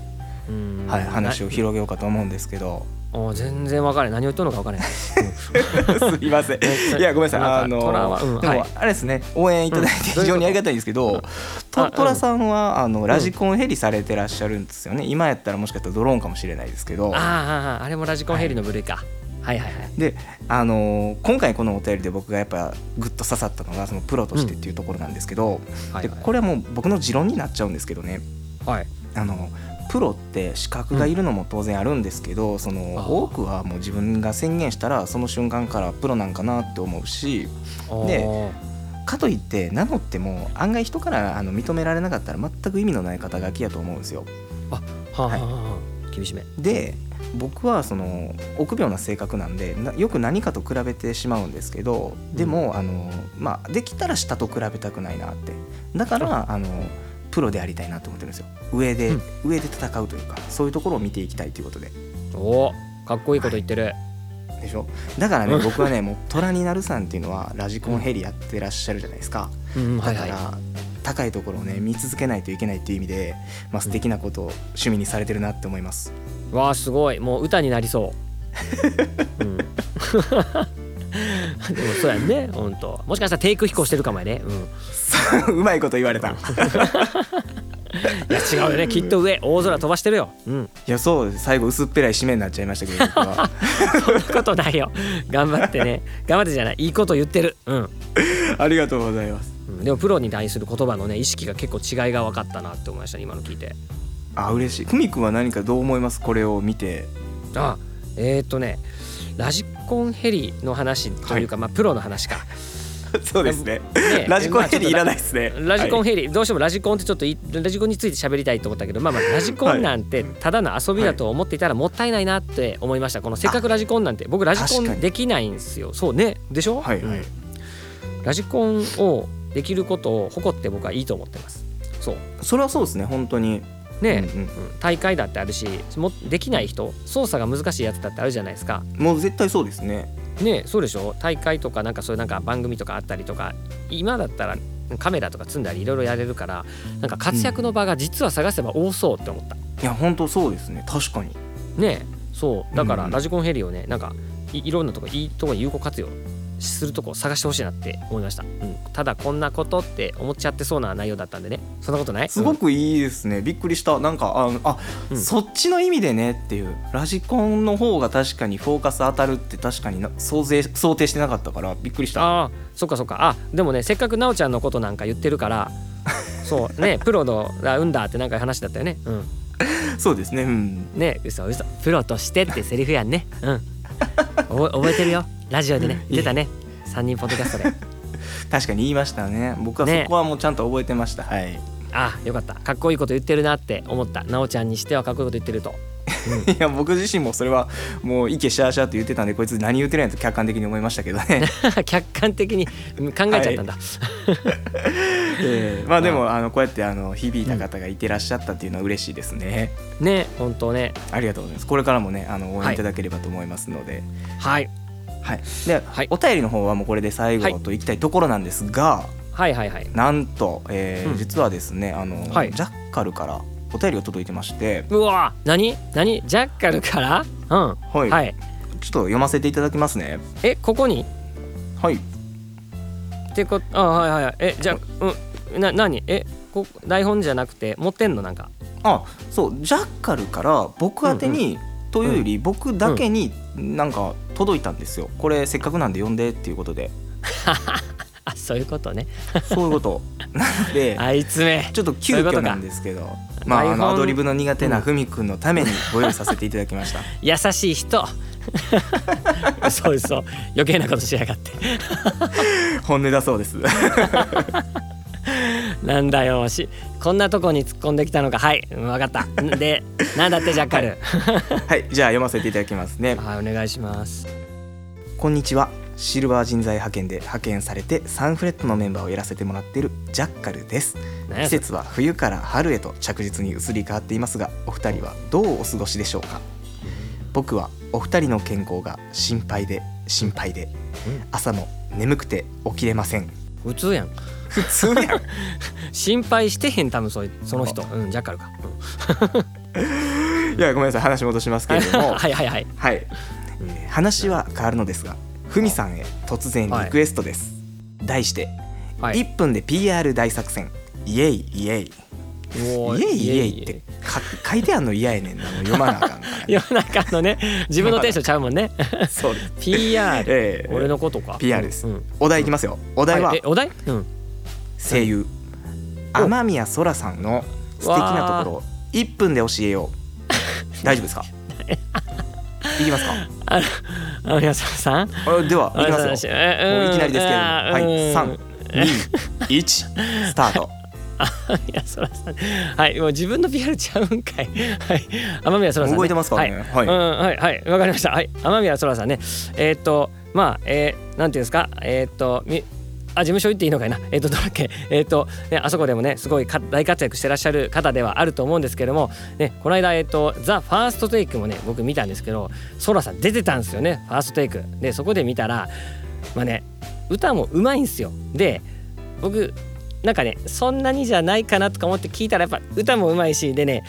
うーん
はい、話を
な
広げようかと思うんですけど
お全然分かれない何を言っとんのか分かれない
(laughs) すいませんいやごめんなさい
なんか
あの
虎はうん
でも
はい
あれですね応援いただいて
うんどういうこと
非常にありがたいんですけど
あう
と
ん
虎さんはあのラジコンヘリされてらっしゃるんですよね今やったらもしかしたらドローンかもしれないですけど
あ。ああああれもラジコンヘリの部類か、はい、はいはい
であのー今回このお便りで僕がやっぱグッと刺さったのがそのプロとしてっていうところなんですけど、
はい
で
はい
これはもう僕の持論になっちゃうんですけどね
はい
あのプロって資格がいるのも当然あるんですけど、その
あー
多くはもう自分が宣言したらその瞬間からプロなんかなって思うし
おー
でかといって名乗っても案外人からあの認められなかったら全く意味のない肩書きやと思うんですよ。
はあはあはあ厳しめ
で僕はその臆病な性格なんでなよく何かと比べてしまうんですけどでも、あのまあ、できたら下と比べたくないなってだからあのプロでありたいなと思ってるんですよ上で、
うん
上で戦うというかそういうところを見ていきたいということで
おおかっこいいこと言ってる、
でしょだからね
うん
僕はねもう虎になるさんっていうのはラジコンヘリやってらっしゃるじゃないですか
うんは
だ
い
か
はい
ら高いところをね見続けないといけないっていう意味で、まあ、素敵なことを趣味にされてるなって思います。 (laughs)
わあすごいもう歌になりそう、うん、でもそうやんねほんともしかしたら低空飛行してるかもやね、うん、いう
まいこと言われた
や違うよねきっと上大空飛ばしてるよ、うん、
いやそうです最後薄っぺらい締めになっちゃいましたけど僕は
(laughs) そんなことないよ頑張ってね頑張ってじゃないいいこと言ってる、うん
ありがとうございます
うん、でもプロに対する言葉のね意識が結構違いが分かったなって思いましたね今の聞いて
あ嬉しいふみくんは何かどう思いますこれを見
(laughs)
て
あえー、っとねラジコンヘリの話というか、まあプロ
(laughs)
の話か、
そうですね
ね
(laughs) ラジコンヘリいらないですね
ラジコン
ヘ
ヘリ、どうしてもラジコンってちょっといラジコンについて喋りたいと思ったけど、まあ、まあラジコンなんてただの遊びだと思っていたらもったいないなって思いましたこのせっかくラジコンなんて僕ラジコ
確か
ン
に
できないんですよそうねでしょ、
はいはい、
うんラジコンをできることを誇って僕はいいと思ってますそう
それはそうですね本当に
ね、
うんうん
うん大会だってあるしもできない人操作が難しいやつだってあるじゃないですか
もう絶対そうですね
ねそうでしょ大会とかなんかそういうなんか番組とかあったりとか今だったらカメラとか積んだりいろいろやれるからなんか活躍の場が実は探せば多そうって思った、
いや本当そうですね確かに
ねそうだか
う
ら
ん
ラジコンヘリをねなんかいいろんなとこいいとこに有効活用するとこを探してほしいなって思いました、うん、ただこんなことって思っちゃってそうな内容だったんでねそんなことない
すご
うん
くいいですねびっくりしたなんかああ、
うん
そっちの意味でねっていうラジコンの方が確かにフォーカス当たるって確かにな想定想定してなかったからびっくりした
ああそっかそっかあでもねせっかくなおちゃんのこ
(laughs)
となんか言ってるからそうねプロのが運だってなんか話だったよねうん
そうですねうん
ね嘘嘘プロとしてってセリフやんねうん覚え覚えてるよラジオでね
いえ
出たね3人ポッドキャストで
確かに言いましたね僕はそ
ね
こはもうちゃんと覚えてました、
(laughs)
はい
あよかったかっこいいこと言ってるなって思ったなおちゃんにしてはかっこいいこと言ってると (laughs)
いや僕自身もそれはもうイケシャーシャーって言ってたんでこいつ何言ってるんやと客観的に思いましたけどね、
客観的にうん考えちゃったんだ、
(laughs) えーまあでもあのこうやってあの響いた方がいてらっしゃったっていうのは嬉しいですね、
ね本当ね
ありがとうございますこれからもねあの応
は
援
い
いただければと思いますので、
はい
はいで
はい
お便りの方はもうこれで最
はい
後といきたいところなんですが、
はいはいはい
なんと、えー
うん
実はですねあの、
はい
ジャッカルからお便りが届いてまして、
うわ何何ジャッカルからうん
はい
はい
ちょっと読ませていただきますね
えここに
はい
ってこあはいはいはいえじゃあうんな何えこ台本じゃなくて持ってんのなんか
あそうジャッカルから僕宛てに、というより僕だけになんか届いたんですよこれせっかくなんで読んでっていうことで
あそういうことね
そういうこ
(laughs)
となので
あいつめ
ちょっと急
そういうこと
遽
か
なんですけどまああの
iPhone
アドリブの苦手なふみくんのためにご用意させていただきま
(laughs)
した
優しい
(laughs)
人そうそう余計なことしやがって
本音だそうです
なんだよしこんなとこに突っ込んできたのかはいうんわかったんでなんだってジャッカル
はいじゃあ読ませていただきますね
はいお願いします
こんにちはシルバー人材派遣で派遣されてサンフレットのメンバーをやらせてもらっているジャッカルです
何
季
やそれ
節は冬から春へと着実に移り変わっていますがお二人はどうお過ごしでしょうか僕はお二人の健康が心配で心配で朝も眠くて起きれません
普通やん
普通やん (laughs)
心配してへん多分そいその人うんジャッカルか、うん
いやごめんなさい話戻しますけれども
(laughs) はいはいはい
はい、えー話は変わるのですがふみさんへ突然リクエストです、題して、
はい
1分で PR 大作戦イエイイエイ
おー
イエイイエ
イ
イってか書いてあんの嫌やねんなもう読まなあか
(laughs)
んからね、
世の中のね自分のテンションちゃうもんね
(laughs) そうです
PR、
ええ
俺のことか
PR です
うんうん
お題いきますよお題は
えお題うん
声優
お
雨宮そらさんの素敵なところを1分で教えよ
(laughs)
う大丈夫ですかいきますか
あ皆さん
あでは
あ
いき
りがとうござい
ま
ます
すよも
え
ういきなりですけれども
あー
はい
うん
321スター
(laughs)
ト
いやそらさんはいもう自分の PR ちゃうんかい (laughs) はい天宮そらさん、
動いてますからね
はい、
は
うんはいはいわかりましたはい天宮そらさんねえーっとまあえー、なんていうんですかえーっとみあ事務所行っていいのかいなえーっとどれだっけえーっと、ね、あそこでもねすごいか大活躍してらっしゃる方ではあると思うんですけどもねこの間えーっとザファーストテイクもね僕見たんですけどそらさん出てたんですよねファーストテイクでそこで見たらまあね歌もうまいんですよで僕なんかねそんなにじゃないかなとか思って聞いたらやっぱ歌もうまいしでね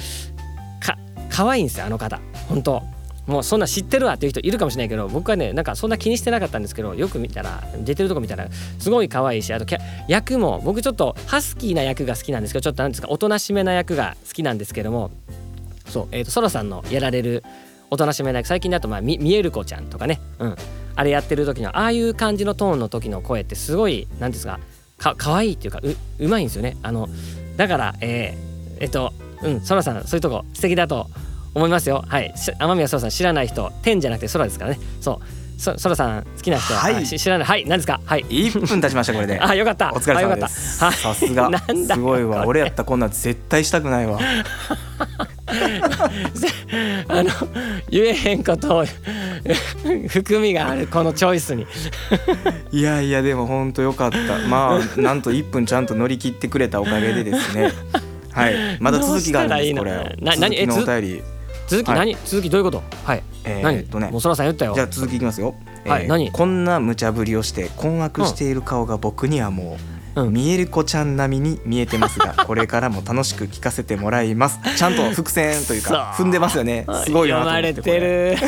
か可愛いんですよあの方本当もうそんな知ってるわっていう人いるかもしれないけど僕はねなんかそんな気にしてなかったんですけどよく見たら出てるとこ見たらすごい可愛いしあとキャ役も僕ちょっとハスキーな役が好きなんですけどちょっとなんですかおとなしめな役が好きなんですけどもそう、えー、とソラさんのやられるおとなしめな役最近だと、まあ、み見える子ちゃんとかね、うん、あれやってる時のああいう感じのトーンの時の声ってすごいなんていうんですかか可愛いっていうかううまいんですよねあのだからえーえっとうんソラさんそういうとこ素敵だと思いますよはいし天宮ソラさん知らない人天じゃなくてソラですからねそうそソラさん好きな人
はい
あし知らないはい何ですかはい
1分経ちましたこれで
あよかった
お疲れ
あよか
様
っ
で
た
す
はい
さすが
(laughs) なんだ
すごい
こ
わ
れ
俺やったらこんなん絶対したくないわ
あの言えへんことを (laughs) 含みがあるこのチョイスに
いやいやでもほんとよかったま
(laughs)
あなんと1分ちゃんと乗り切ってくれたおかげでですねはいまだ続きがあるんですこ
どうしたらいい
れ
のな
続
何
き
え
のお
つ
便り
続き
はい
何、続きどういうことはい、
え
何
ーっとね
もうそらさん言ったよ
じゃあ続きいきますよ、
はい何
こんな無茶ぶりをして困惑している顔が僕にはもう、
うん
見える子ちゃん並みに見えてます
(laughs)
がこれからも楽しく聞かせてもらいますちゃんと伏線というか
くそ
踏んでますよねすごいよな
読
と思
ま
って
れて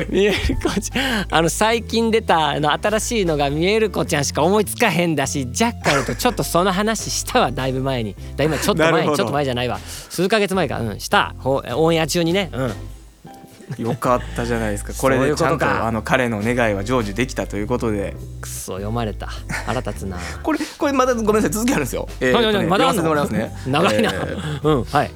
る
(laughs)
見える子ちゃんあの最近出たあの新しいのが見える子ちゃんしか思いつかへんだしジャッカルとちょっとその話したわだいぶ前に
(laughs)
だいぶ前ちょっと
なる
前
ほど
にちょっと前じゃないわ数ヶ月前かうんしたほオンエア中にねうん
これよかったじゃないですかこれ
そういう
で
こ
ち
と
ゃ
か
んとあの彼の願いは成就できたということで
くそ読まれた腹立つな
これ (laughs) これまだごめんなさい続きあるんですよ、えーっとね
まだあんの
読ませてもらいますね
長いな、
えー
うんはい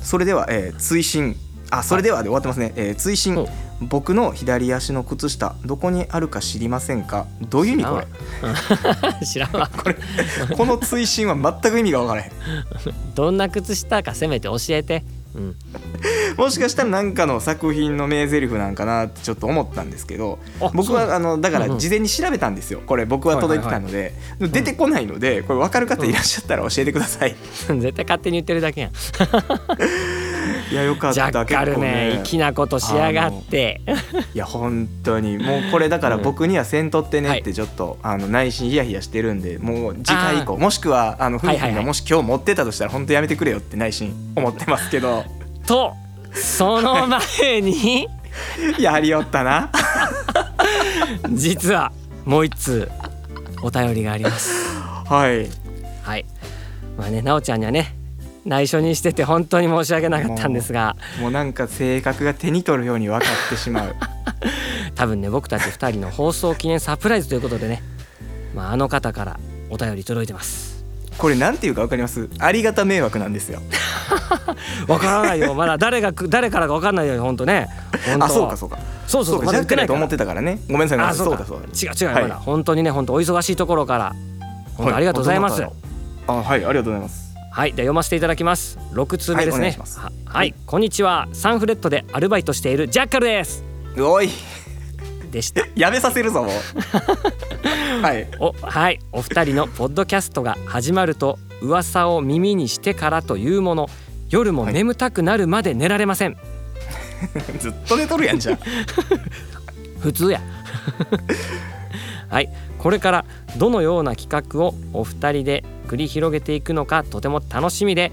それでは、えー、追伸あそれではで終わってますね、えー、追
ほ
伸
う
僕の左足の靴下どこにあるか知りませんかどういう意味これ
知らん (laughs) わ
これ (laughs) この追伸は全く意味が分からへん
どんな靴下かせめて教えて、うん、 (laughs)
もしかしたらなんかの作品の名台詞なんかなってちょっと思ったんですけど
あ
僕
そう
はあのだか
うんう
ら
ん
事前に調べたんですよこれ僕は届いてたのでで出てこないのでこれ分かる方いらっしゃったら教えてください
絶対勝手に言ってるだけやん
いやよかっ
ジャ
た
ッカ
(laughs) 結
ル
構
ね
ね
粋なことしやがって
いや本当にもうこれだから
うん
僕にはせんとって
は
ね
い
ってちょっとあの内心ヒヤヒヤしてるんでもう次回以降もしくはあのふ
はい
み
はいはい
君がもし今日持ってたとしたら本当やめてくれよって内心思ってますけど
(laughs)
(laughs)
とその前に (laughs)
やりよったな
実はもう一通お便りがあります
はい
はいまあねなおちゃんにはね内緒にしてて本当に申し訳なかったんですが
もうなんか性格が手に取るように分かってしまう
多分ね僕たち2人の放送記念サプライズということでね、まあ、あの方からお便り届いてます
これなんていうか分かりますありがた迷惑なんですよ
わからな
(laughs)
いよまだ誰がく誰からかわかんないよ本当ね本当
あそうかそうか
そうそ
そう
うそう
か
ま
ジャ
だ言
ッ
って
クだ
な
と思っ
いから
てたからねごめんなさいごめん
あ
なさい
そ
そうう
か
だそうだ
違う違う、
はい
まだ本当にね本当お忙しいところから本当ありがとうございます、
は
はい
元々あはいありがとうございます
で読ませていただきます6通目で
は
す
いお願い
ね
します
ははいこんにちはサンフレットでアルバイトしているジャッカルです
おい (laughs)
でした
やめさせるぞもう
(laughs)
はい (laughs)
おはいお二人のポッドキャストが始まると噂を耳にしてからというもの夜も
はい
眠たくなるまで寝られません、
ずっと寝とるやんじゃん
普通や (laughs) はいこれからどのような企画をお二人で繰り広げていくのかとても楽しみで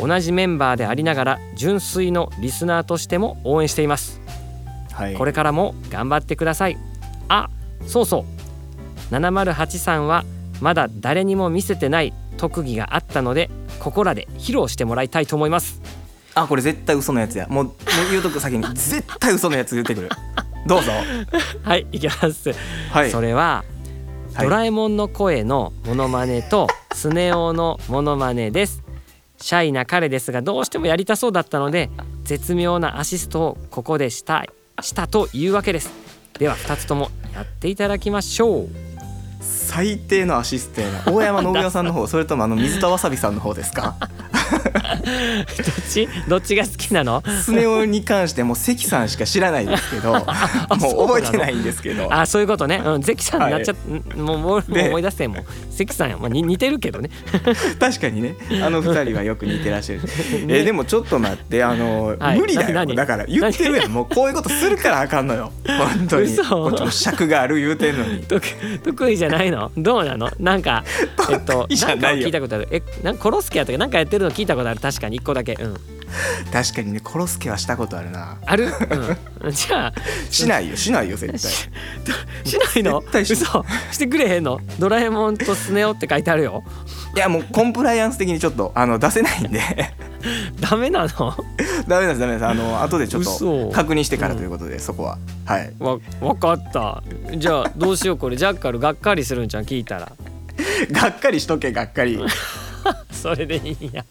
同じメンバーでありながら純粋のリスナーとしても応援しています
はい
これからも頑張ってくださいあそうそう708さんはまだ誰にも見せてない特技があったのでここらで披露してもらいたいと思います
あこれ絶対嘘のやつやもうもう言うとく先に絶対嘘のやつ言ってくるどうぞ
はいいきます、
はい
それは
はい
ドラえもんの声のモノマ
(laughs)
ネとスネ夫のモノマネですシャイな彼ですがどうしてもやりたそうだったので絶妙なアシストをここでしたしたというわけですでは2つともやっていただきま
(laughs)
しょう
最低のアシストやな大山信代さんの方それともあの水田わさびさんの方です
(laughs)
か
どっちどっちが好きなの
スネ夫に関してもう関さんしか知らないですけど
(laughs)
もう
そうなの
覚えてないんですけど
あそういうことね、うん、関さんになっちゃっ、んもうもうもう
で
思い出せんもん関さんや、まあ、に似てるけどね
確かにねあ
(laughs)
の二人はよく似てらっしゃる、
ね
えでもちょっと待ってあの、
はい
無理だ
な
よ
何
だから言ってるやんもうこういうことするからあかんのよ本当に
嘘
こっちも尺がある言うてんのに
得得意じゃないのどうなのなんかえっと
意じゃ
んか
な
を
いよ
聞いたことあるえなんコロスケやったかなんかやってるの聞いたことある確かに一個だけうん
確かにねコロスケはしたことあるな
ある、
(laughs)
うん、じゃあ
しないよしないよ絶対
し (laughs) しないの
絶対しない
嘘してくれへんのドラえもんとスネ夫って書いてあるよ
いやもうコンプライアンス的にちょっとあの出せないんで (laughs)
ダメなの
ダメですダメですあの後でちょっ
嘘
と確認してからということで、そこははい
わわかったじゃあどうしようこれジャッカルがっかりするんじゃん聞いたら
がっかりしとけがっか
(laughs)
り
それでいいや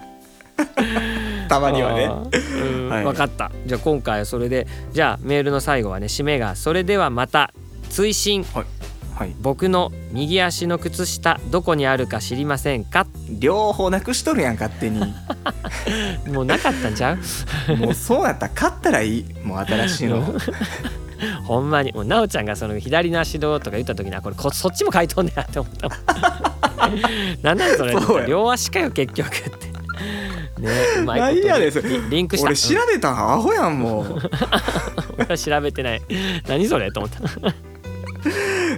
たまにはね
あーうん
はい
分かったじゃあ今回はそれでじゃあメールの最後はね締めが「それではまた追伸
はい
僕の右足の靴下どこにあるか知りませんか?
両方なくしとるやん勝手に」
もうなかったんちゃう (laughs)
もうそうなったら勝ったらいいもう新しいの
ほんまにもう奈緒ちゃんがその左の足どうとか言った時にあこれこそっちも書いとんねやって思ったもん (laughs) なんなんそれ
そうや
両足かよ結局ってねうまいこ
何
と
やです
リリンクした
俺調
うん
べたんアホやんもう
(laughs) 俺は調べてない何それと思った
(laughs)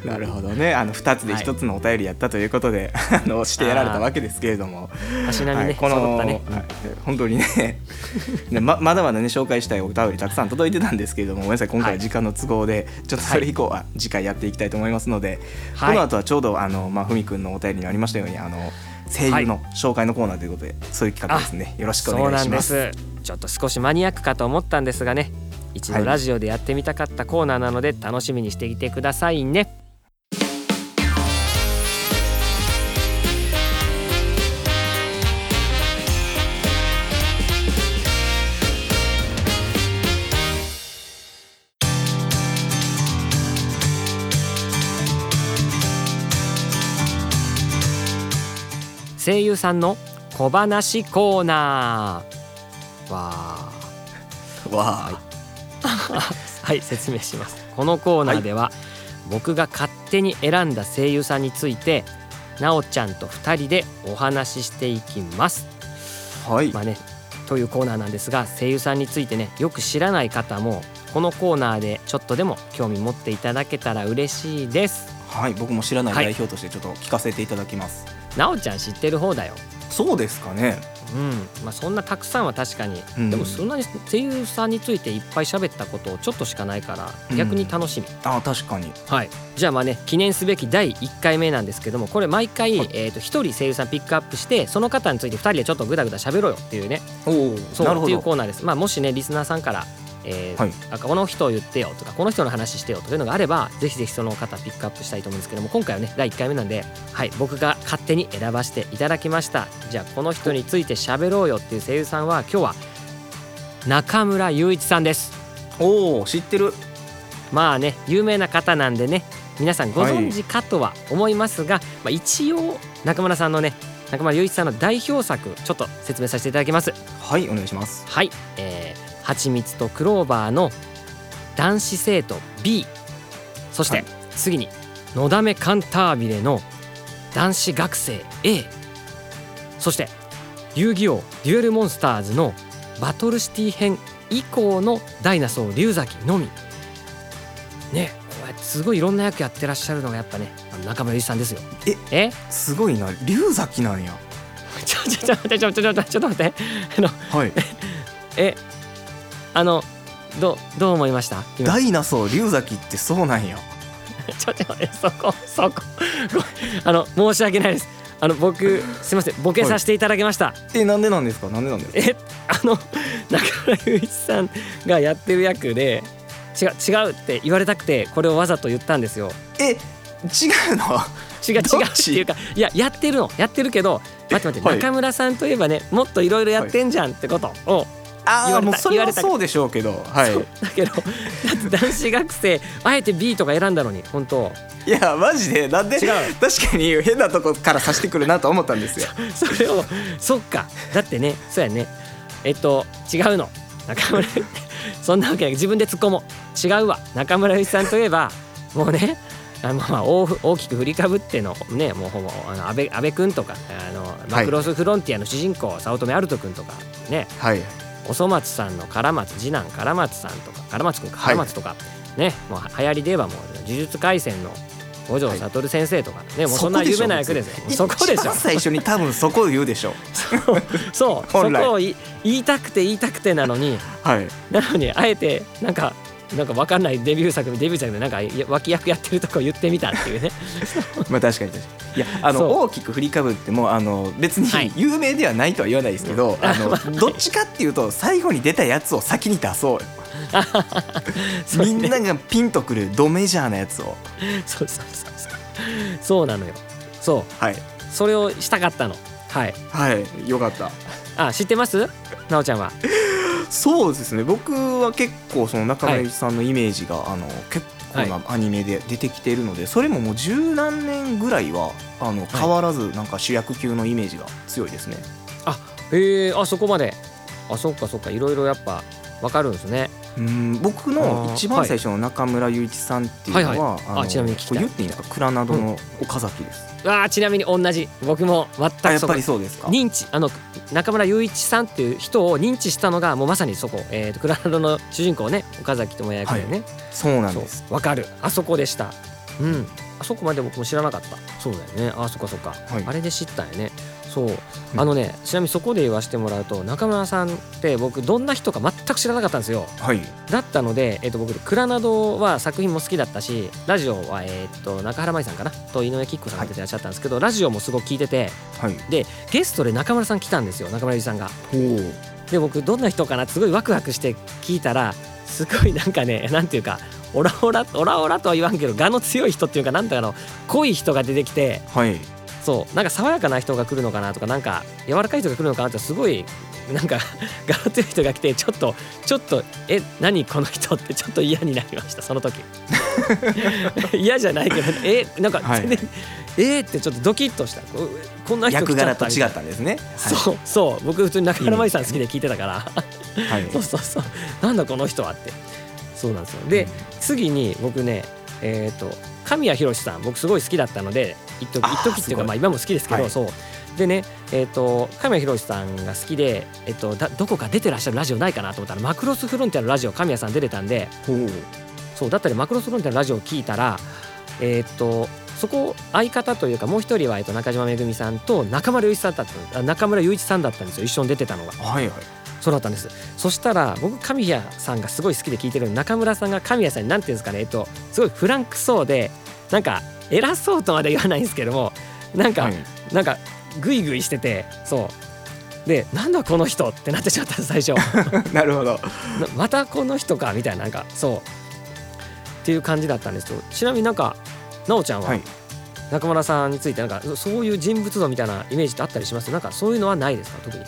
なるほどねあの2つで1つのお便りやったということで、 (laughs) あのしてやられたわけですけれども
足並み
は
ね、
いこの
揃ったね、
はい本当にね (laughs) ねままだまだね紹介したいお便りたくさん届いてたんですけれどもごめんなさい今回は時間の都合で、ちょっとそれ以降は次回やっていきたいと思いますので、
はい
この後はちょうどあの、まあ、ふみくんのお便りにありましたようにあの声優の紹介のコーナーということで、そういう企画ですねよろしくお
そ
願
う
い
な
し
んで
ます。
すちょっと少しマニアックかと思ったんですがね一
は
度
い
ラジオでやってみたかったコーナーなので楽しみにしていてくださいね、声優さんの小話コーナーわあ
わあ、
はい説明しますこのコーナーでは、僕が勝手に選んだ声優さんについてなおちゃんと2人でお話ししていきます
はい、
まあねというコーナーなんですが声優さんについてねよく知らない方もこのコーナーでちょっとでも興味持っていただけたら嬉しいです
はい、僕も知らない
はい
代表としてちょっと聞かせていただきます。
なおちゃん知ってる方だよ
そうですかね。
うんまあそんなたくさんは確かに、
うん
でもそんなに声優さんについていっぱい喋ったことちょっとしかないから
うん
逆に楽しみ、
あ、確かに。
はい、じゃあまあね記念すべき第1回目なんですけどもこれ毎回、
はい
えー、と1人声優さんピックアップしてその方について2人でちょっとグダグダ喋ろうよっていうね
おお、
そう
なる
っ
ほ
ていうコ
ど。
ーナーです、まあ、もしねリスナーさんから、えー
はい
あこの人を言ってよとかこの人の話してよとかいうのがあればぜひぜひその方ピックアップしたいと思うんですけども今回はね第1回目なんで、はい、僕が勝手に選ばせていただきましたじゃあこの人について喋ろうよっていう声優さんは今日は中村雄一さんです
おお、知ってる。
まあね有名な方なんでね皆さんご存知かとは思いますが、まあ、一応中村さんのね中村雄一さんの代表作ちょっと説明させていただきます
はい、お願いします。
はいえー「はちみつとクローバー」の男子生徒 B そして、
はい
次に「のだめカンタービレ」の男子学生 A そして「遊戯王デュエルモンスターズ」のバトルシティ編以降のダイナソー龍崎のみねこうやってすごいいろんな役やってらっしゃるのがやっぱねあの中村ゆ一さんですよ
え
え
すごいな、龍崎なんや。
ちょちょちょ待ってちょちょちょちょっと待ってあの
はい。
えあのどどう思いました今
ダイナソー龍崎ってそうなんや。
ちょちょえそこそこごめんあの申し訳ないですあの僕すいませんボケさせていただきました、
え、なんでなんですか。なんでなんですか。
えあの中村雄一さんがやってる役で違う違うって言われたくてこれをわざと言ったんですよ
え、違うの。
違う違う
どっ
って
ち
いうかいややってるのやってるけど待って待って、
はい
中村さんといえばねもっといろいろやってんじゃんってことを、言
あ
わ
あ、
れた
もうそれ
言われ
は
た
そうでしょうけど。はい。
だけどだって男子学生あえて B とか選んだのに本当
いやマジでなんで
違う
確かに変なとこから刺してくるなと思ったんですよ
(laughs) それをそっかだってねそうやねえっと違うの中村 (laughs) そんなわけない自分で突っ込もう違うわ中村由紀さんといえばもうねあのまあ大大きく振りかぶってのねもうほぼあの安倍安倍君とかあのマクロスフロンティアの主人公、早乙女アルト君とかね
はい
おそ松さんの唐松次男唐松さんとか唐松君か
はい
唐松とか、ねもう流行りではもう呪術廻戦の五条悟先生とかね、もうそんな有名な役ですよそこでし
一
ょ
番最初に多分そこを言うでしょう
そうそ
(laughs) 本来
こをい言いたくて言いたくてな
(laughs)
のに
はい
なのにあえてなんかなんかわかんないデビュー作デビュー作でなんかいや脇役やってるとこ言ってみたって
(laughs)
いうね
まあ確かに確かにいやあの
そう
大きく振りかぶってもあの別
はい
に有名ではないとは言わないですけ (laughs) ど、あのどっちかっていうと最後に出たやつを先に出そう (laughs) よ
そう
みんながピンとくるドメジャーなやつを
そうそうそうそうそうなのよそ
はいう
それをしたかったのはい
はいよかった
あ知ってますなおちゃんは
そうですね僕は結構その中村ゆきさんのイメージが、あの結構なアニメで出てきているので、それももう十何年ぐらいはあの変わらずなんか主役級のイメージが強いですね、
へえあそこまであそっかそっかいろいろやっぱわかるんですね
うん僕の一
あーは
番
い
最初の中村雄一さんっていうのは、
はいはいあちなみに聞き
こ
たい
れ言っていいんですか蔵などの岡崎です、
あーちなみに同じ僕も全くそこ
あやっぱりそうですか
認知あの中村雄一さんっていう人を認知したのがもうまさにそこ、えー、とクララドの主人公ね岡崎智也役でね、
そうなん
そう
です
わかるあそこでしたうんあそこまで僕も知らなかったそうだよねあそっかそっか、
はい
あれで知ったんよねそう
うん
あのね、ちなみにそこで言わせてもらうと中村さんって僕どんな人か全く知らなかったんですよ
はい
だったので、えっと僕「クラナド」は作品も好きだったしラジオは、えっと中原舞さんかなと井上貴子さん出てらっしゃったんですけど、ラジオもすごく聞いてて
はい
でゲストで中村さん来たんですよ中村ゆりさんが。
ほう
で僕どんな人かなってすごいワクワクして聞いたらすごいなんかね (laughs) なんていうかオラオラオラオラとは言わんけど我の強い人っていうかなんだかの濃い人が出てきて
はい
そうなんか爽やかな人が来るのかなとかなんか柔らかい人が来るのかなってすごいなんか (laughs) ガラ強い人が来てちょっとちょっとえ何この人ってちょっと嫌になりましたその時 (laughs) 嫌じゃないけどえなんか
はい
全然、えーってちょっとドキッとしたここんな人
役
来ちゃ
柄
った
と
み
違
た
っ
いな
たんですね。
そうそう僕普通に中村真由さん好きで聞いてたから。
はい
(laughs) そうそうそうなんだこの人はってそうなんですよで次に僕ねえっ、と神谷博さん僕すごい好きだったので一時
あー
一時っていう
すご
か
い
まあ今も好きですけど、
はい
そうでねえっ、と神谷博さんが好きでえっ、とだどこか出てらっしゃるラジオないかなと思ったらマクロスフロンティアのラジオ神谷さん出てたんで
ほう
そうだったりマクロスフロンティアのラジオを聞いたらえっ、とそこ相方というかもう一人は、えっと中島めぐみさんと中村雄一さんだったあ中村雄一さんだったんですよ一緒に出てたのが。
はいはい。
そうだったんですそしたら僕神谷さんがすごい好きで聞いてるのに中村さんが神谷さんに何て言うんですかねえっとすごいフランクそうでなんか偉そうとまで言わないんですけどもなんか、
はい (laughs)
なんかグイグイしててそうでなんだこの人ってなってしまったんです最初
なるほど。
なまたこの人かみたいななんかそうっていう感じだったんですけどちなみになんか奈緒ちゃん
は。
はい中村さんについてなんかそそういう人物像みたいなイメージってあったりしますなんかそういうのはないですか特に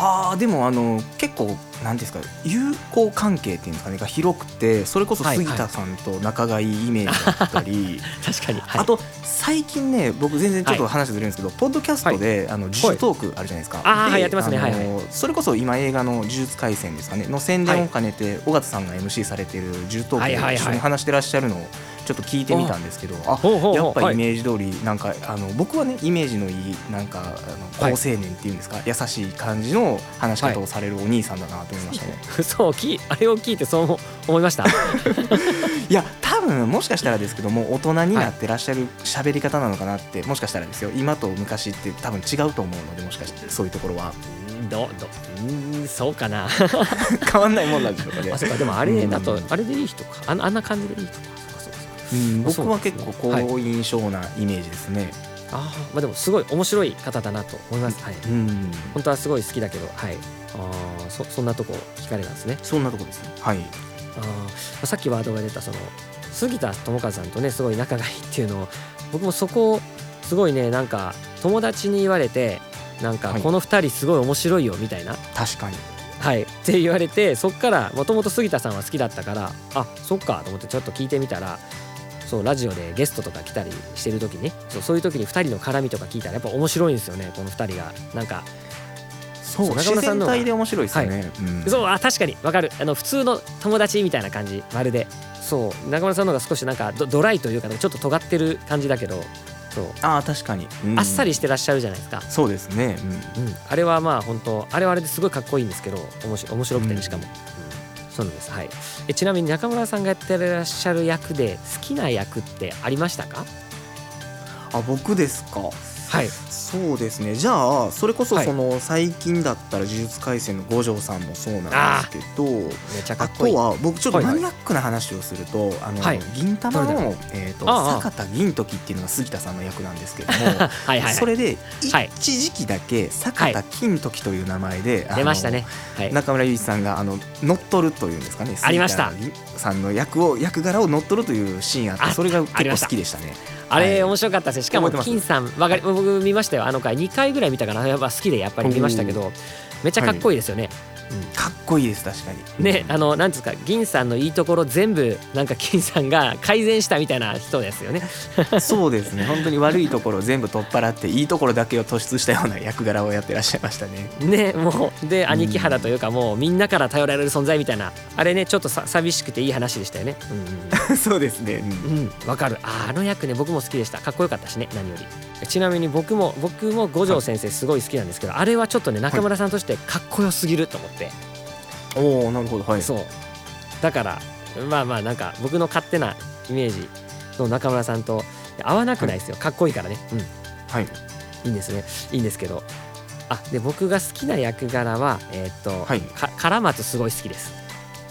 ああでもあの結構なんですか友好関係っていうんですかねが広くてそれこそ
はいはい
杉田さんと仲がいいイメージだった
(laughs)
り、
確かに、はい
あと最近ね僕全然ちょっと話ずれるんですけど、ポッドキャストで、あの自主トークあるじゃないですか、
あー
で
はいやってますね
あの
はい
それこそ今映画の「呪術廻戦」ですかねの宣伝を兼ねて、尾形さんが MC されてる自主トークで
はいはいはい
一緒に話してらっしゃるのをちょっと聞いてみたんですけど、あ
ほうほうほう
やっぱ
は
イ
い
メージ通りなんかあの僕はねイメージのいいなんかあの
はい
好青年っていうんですか、優しい感じの話し方をされるお兄さんだなと思いましたね。
(laughs) そうきあれを聞いてそう思いました (laughs)
いや多分もしかしたらですけども大人になってらっしゃる喋り方なのかなって、もしかしたらですよ今と昔って多分違うと思うのでもしかしてそういうところ (laughs) は
どどうんそうかな
変わんないもんなんでしょうかね
あ。そうかでもあれだと
うん
あれでいい人かあんあんな感じでいい人かそうかそうかそうか
うん僕は結構
はい
好印象なイメージですね。
あーまあでもすごい面白い方だなと思いますはい
うん
本当はすごい好きだけどはいあーそそんなとこ聞かれたんですね
そんなとこですね。はい。
あーまあさっきワードが出たその杉田智和さんとねすごい仲がいいっていうのを僕もそこをすごいねなんか友達に言われてなんか
はい
この二人すごい面白いよみたいな
確かに。
はい、って言われてそっからもともと杉田さんは好きだったからあそっかと思ってちょっと聞いてみたらそうラジオでゲストとか来たりしてる時にそうそういう時に2人の絡みとか聞いたらやっぱ面白いんですよねこの2人がなんか
そう
そう中
自
村さん
然
のが
体で面白いですね。うん
そうあ確かにわかるあの普通の友達みたいな感じまるでそう中村さんの方が少しなんかドドライというかちょっと尖ってる感じだけどそう
ああ確かに、うん
あっさりしてらっしゃるじゃないですか、
そうですね。
うん、あれはまあ本当あれはあれですごいかっこいいんですけどおもし面白くて
うん
ねしかも、うんそうなんですはいえちなみに中村さんがやってらっしゃる役で好きな役ってありましたか
あ僕ですか。
はい
そうですねじゃあそれこそ
はい
その最近だったら「呪術廻戦」の五条さんもそうなんですけど
めちゃか
あ
っこ
と
いい
は僕ちょっと
はいは
マ
い
ニアックな話をするとあの
はい
銀玉
どれ
のえーと
ああああ
坂田銀時っていうのが杉田さんの役なんですけども
はいはい
そ
はい
れで
はい
一時期だけ坂田金時という名前であの
出ましたねはい
中村祐一さんがあの乗っ取るというんですかね
ありました
杉田さんの役を役柄を乗っ取るというシーンあって
あ
それが
ありま
結構
した
好きでしたね
あ
はい
れ面白かったですねしかも
覚えてます
金さんわかり僕見ましたよあの回2回ぐらい見たかなやっぱ好きでやっぱり見ましたけどめちゃかっこいいですよね、
かっこいいです確かに
ねあのなんていうんですか銀さんのいいところ全部なんか金さんが改善したみたいな人ですよね
そうですね本当に悪いところを全部取っ払っていいところだけを突出したような役柄をやってらっしゃいました
(laughs)
ね。
ねもうで
ん
兄貴肌というかもうみんなから頼られる存在みたいなあれねちょっとさ寂しくていい話でしたよね
(laughs) そうですね、
うんうんうんわかるああの役ね僕も好きでしたかっこよかったしね何よりちなみに僕も僕も五条先生すごい好きなんですけど、あれはちょっとね中村さんとしてかっこよすぎると思って、
おおなるほどはい
そうだからまあまあなんか僕の勝手なイメージの中村さんと合わなくないですよ、かっこいいからねうん
はい
いいんですねいいんですけどあで僕が好きな役柄はえーっと、
はい
か唐松すごい好きです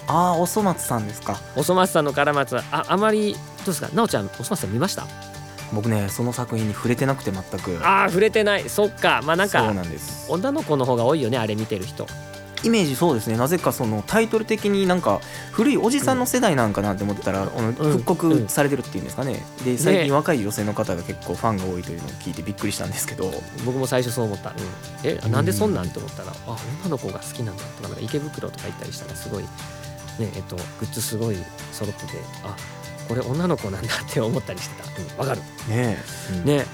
ああおそ松さんですか
おそ松さんのカラマツはああまりどうですかなおちゃんおそ松さん見ました
僕ねその作品に触れてなくて全く
ああ触れてないそっかまあなん
そう
か
なんです
女の子の方が多いよねあれ見てる人
いイメージそうですねなぜかそのタイトル的になんか古いおじさんの世代なんかなって思ってたら、あの復刻されてるっていうんですかね、で最近若い女性の方が結構ファンが多いというのを聞いてびっくりしたんですけど、
僕も最初そう思った、うん、えなんでそんなんって思ったらあ女の子が好きなんだとかなんか池袋とか行ったりしたらすごいねえっとグッズすごい揃っててあこれ女の子なんだって思ったりしてたうんわ、かる
ねえ、
ね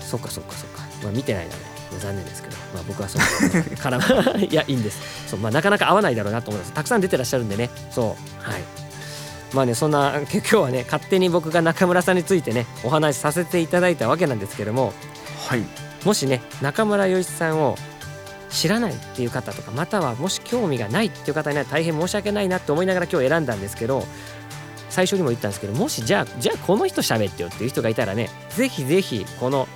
そっかそっかそっかまあ見てないだねまあ残念ですけど、まあ、僕はそう (laughs) からいやいいんですそう、まあ、なかなか合わないだろうなと思いますたくさん出てらっしゃるんでねそうはいまあねそんな今日はね勝手に僕が中村さんについてねお話しさせていただいたわけなんですけども
はい
もしね中村洋一さんを知らないっていう方とかまたはもし興味がないっていう方には大変申し訳ないなって思いながら今日選んだんですけど最初にも言ったんですけどもしじゃあじゃあこの人喋ってよっていう人がいたらねぜひぜひこの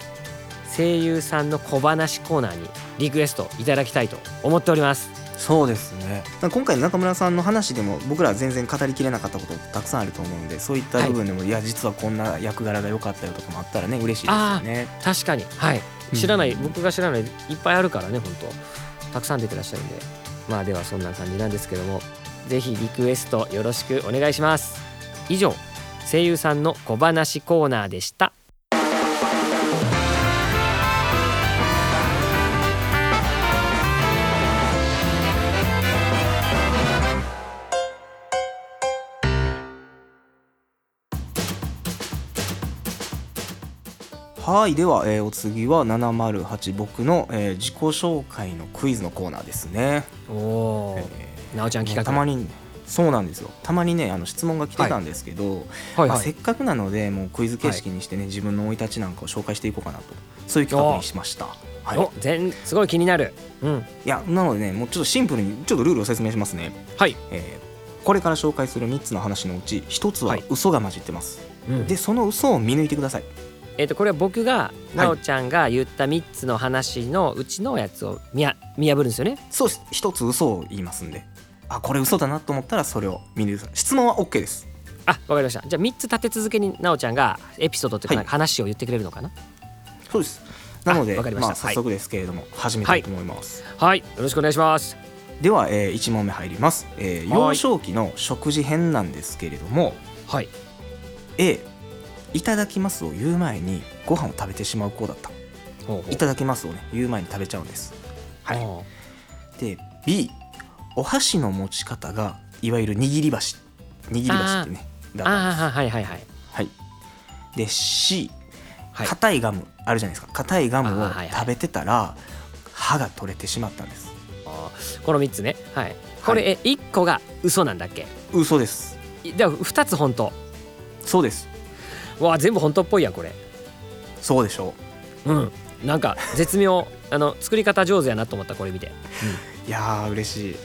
声優さんの小話コーナーにリクエストいただきたいと思っております。
そうですね今回の中村さんの話でも僕らは全然語りきれなかったことたくさんあると思うんでそういった部分でも、い、や実はこんな役柄が良かったよとかもあったらね嬉しいですよね
確かにはい
うん
知らない、僕が知らないいっぱいあるからね本当たくさん出てらっしゃるんでまあではそんな感じなんですけどもぜひリクエストよろしくお願いします以上声優さんの小話コーナーでした
はいでは、えーお次は708僕の、えー自己紹介のクイズのコーナーですね、
おおー、
えー
なおちゃん企画
たまにそうなんですよたまにねあの質問が来てたんですけど、
はい
まあ、
は
せっ
い
かくなのでもうクイズ形式にしてね、自分の生い立ちなんかを紹介していこうかなとそういう企画にしました。はい、
お全すごい気になるうん
いやなのでねもうちょっとシンプルにちょっとルールを説明しますね、
はい
えーこれから紹介する3つの話のうち1つは
はい
嘘が混じってます、
うん
でその嘘を見抜いてください
えっ、とこれは僕がなおちゃんが言った三つの話のうちのやつを見や見破るんですよね
そうです1つ嘘を言いますんであこれ嘘だなと思ったらそれを見抜いてください質問は OK です
あわかりましたじゃあ三つ立て続けになおちゃんがエピソードというかなんか話を言ってくれるのかな
そうですなので
あわかりました
まあ、早速ですけれども、始めたいと思います、
はい、よろしくお願いします。
では、え1問目入ります、えー
は
幼
い
少期の食事編なんですけれども
はい。
A「いただきます」を言う前にご飯を食べてしまう子だった
ほ
「
う
いただきます」をね言う前に食べちゃうんですはい
ほ
で B お箸の持ち方がいわゆる握り箸握り箸ってね
う
だから
ああ、はいはいはい。
はいで C
はい
硬、い、ガムあるじゃないですか硬いガム
あ
を
ーはいはい
食べてたら、歯が取れてしまったんです
この三つね。はい。これ、え、一個が嘘なんだっけ。
嘘です
いでは、二つ本当。
そうです
わあ、全部本当っぽいやん、これ。
そうでしょ
うん。なんか、絶妙、 (laughs) あの、作り方上手やなと思った、これ見て。
ういやー嬉しい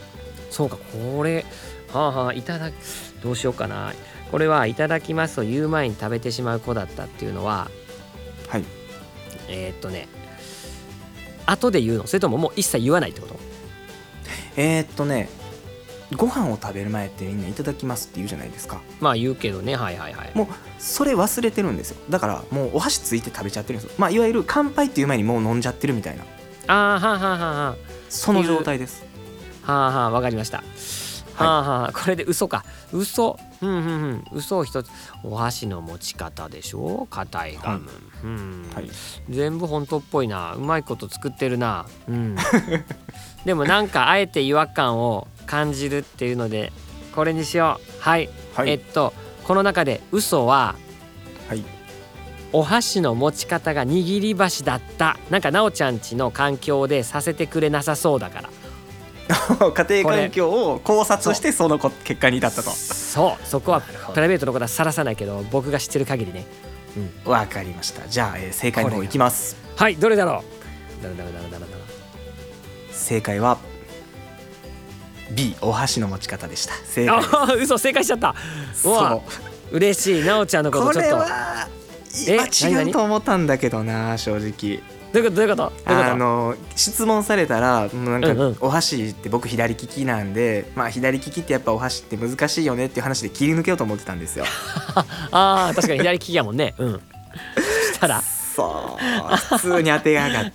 そうか、これ。はあはあ、いただき。どうしようかな。これは、いただきますを言う前に食べてしまう子だったっていうのは。
はい
えー、っとね。後で言うの、それとも、もう一切言わないってこと。
えー、っとねご飯を食べる前ってみんないただきますって言うじゃないですか
まあ、言うけどね。はいはいはい。
もうそれ忘れてるんですよだからもうお箸ついて食べちゃってるんですよまあいわゆる乾杯っていう前にもう飲んじゃってるみたいな
ああ、はあはあはあはあ。
その状態です
はあはあわかりました。はあはあこれで嘘か嘘うんうんうん嘘を一つお箸の持ち方でしょ硬いガム、うん
はい
全部本当っぽいなうまいこと作ってるなうん (laughs) でもなんかあえて違和感を感じるっていうのでこれにしようはい、
はい
えっとこの中で嘘は
はい
お箸の持ち方が握り箸だったなんかなおちゃんちの環境でさせてくれなさそうだから
(laughs) 家
こ
庭
れ
環境を考察してそのこ結果に至ったと
そうそこはプライベートのことはさらさないけど僕が知ってる限りね
わかりましたじゃあ、えー正解の方いきます
はいどれだろうだらだらだらだらだら
正解は B お箸の持ち方でした正解
あ (laughs) ー嘘正解しちゃった
です
うわ
そう
嬉しいなおちゃんのこ
こと
ちょっ
れ
と
は
え
いや違
何
うと思ったんだけどな正直
どういうことどういうことどういうこと
あの質問されたらもうなんか、
うんうん
お箸って僕左利きなんで、まあ、左利きってやっぱお箸って難しいよねっていう話で切り抜けようと思ってたん
(laughs)
ですよ。
ああ確かに左利きやもんねうんそしたら
そう普通に当てやがって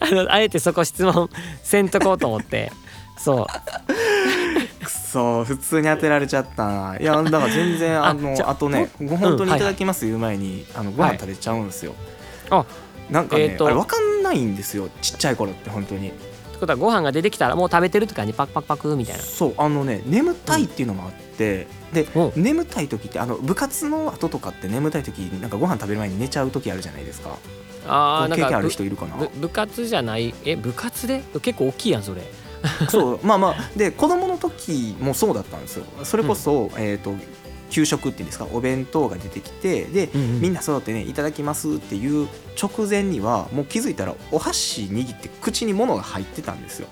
あのあえてそこ質問せんとこうと思ってそう
くそ普通
普通に当てられちゃったないやだから全然
あ
あの
じゃ
あとねご
う
本
ん
当に
はいい
ただきます言う前に、あのご
は
飯
い
食べちゃうんですよ、
あ
なんかね、
えーと
あれ分かんないんですよちっちゃい頃って本当に
ってことはご飯が出てきたらもう食べてるって感じパクパクパクみたいな
そうあのね眠たいっていうのもあって、で
お
眠たい時ってあの部活の後とかって眠たい時なんかご飯食べる前に寝ちゃう時あるじゃないですか
あー
こう
なん
経験
か
ある
ぶ
人いるかな
ぶ部活じゃないえ部活で結構大きいやんそれ
(laughs) そうまあまあで子供の時もそうだったんですよそれこそ、えっ、と給食っていうんですかお弁当が出てきてで、
うんうん
みんなそうやってねいただきますっていう直前にはもう気づいたらお箸握って口に物が入ってたん (laughs) ですよ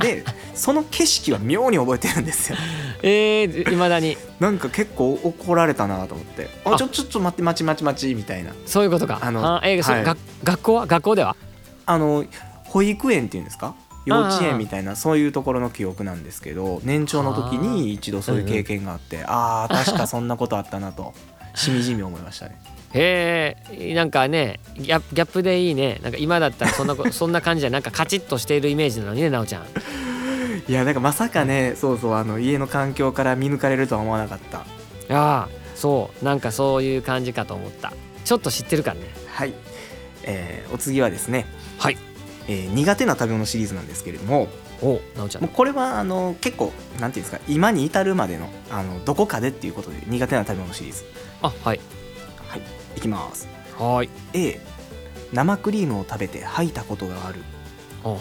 でその景色は妙に覚えてるんですよ
えー、いまだに
なんか結構怒られたなと思って「あ
あ
ちょちょちょ待って待ち待ち待ち」みたいな
そういうことか
あの
あーえーそ
は
う
い
が学校は学校では
あの保育園っていうんですか幼稚園みたいなそういうところの記憶なんですけど年長の時に一度そういう経験があってああー確かそんなことあったな (laughs) としみじみ思いましたね
へえなんかねギャップギャップでいいねなんか今だったらそん
(laughs)
なこそんな感じじゃなんかカチッとしているイメージなのにねなおちゃん
いやなんかまさかねそうそうあの家の環境から見抜かれるとは思わなかった
ああそうなんかそういう感じかと思ったちょっと知ってるからね
はい、えーお次はですね、
はい
えー苦手な食べ物シリーズなんですけれども
おなおちゃん
もうこれはあの結構なんていうんですか今に至るまでのあのどこかでっていうことで苦手な食べ物シリーズ
あはい
はいいきます
はーい
A 生クリームを食べて吐いたことがある
あー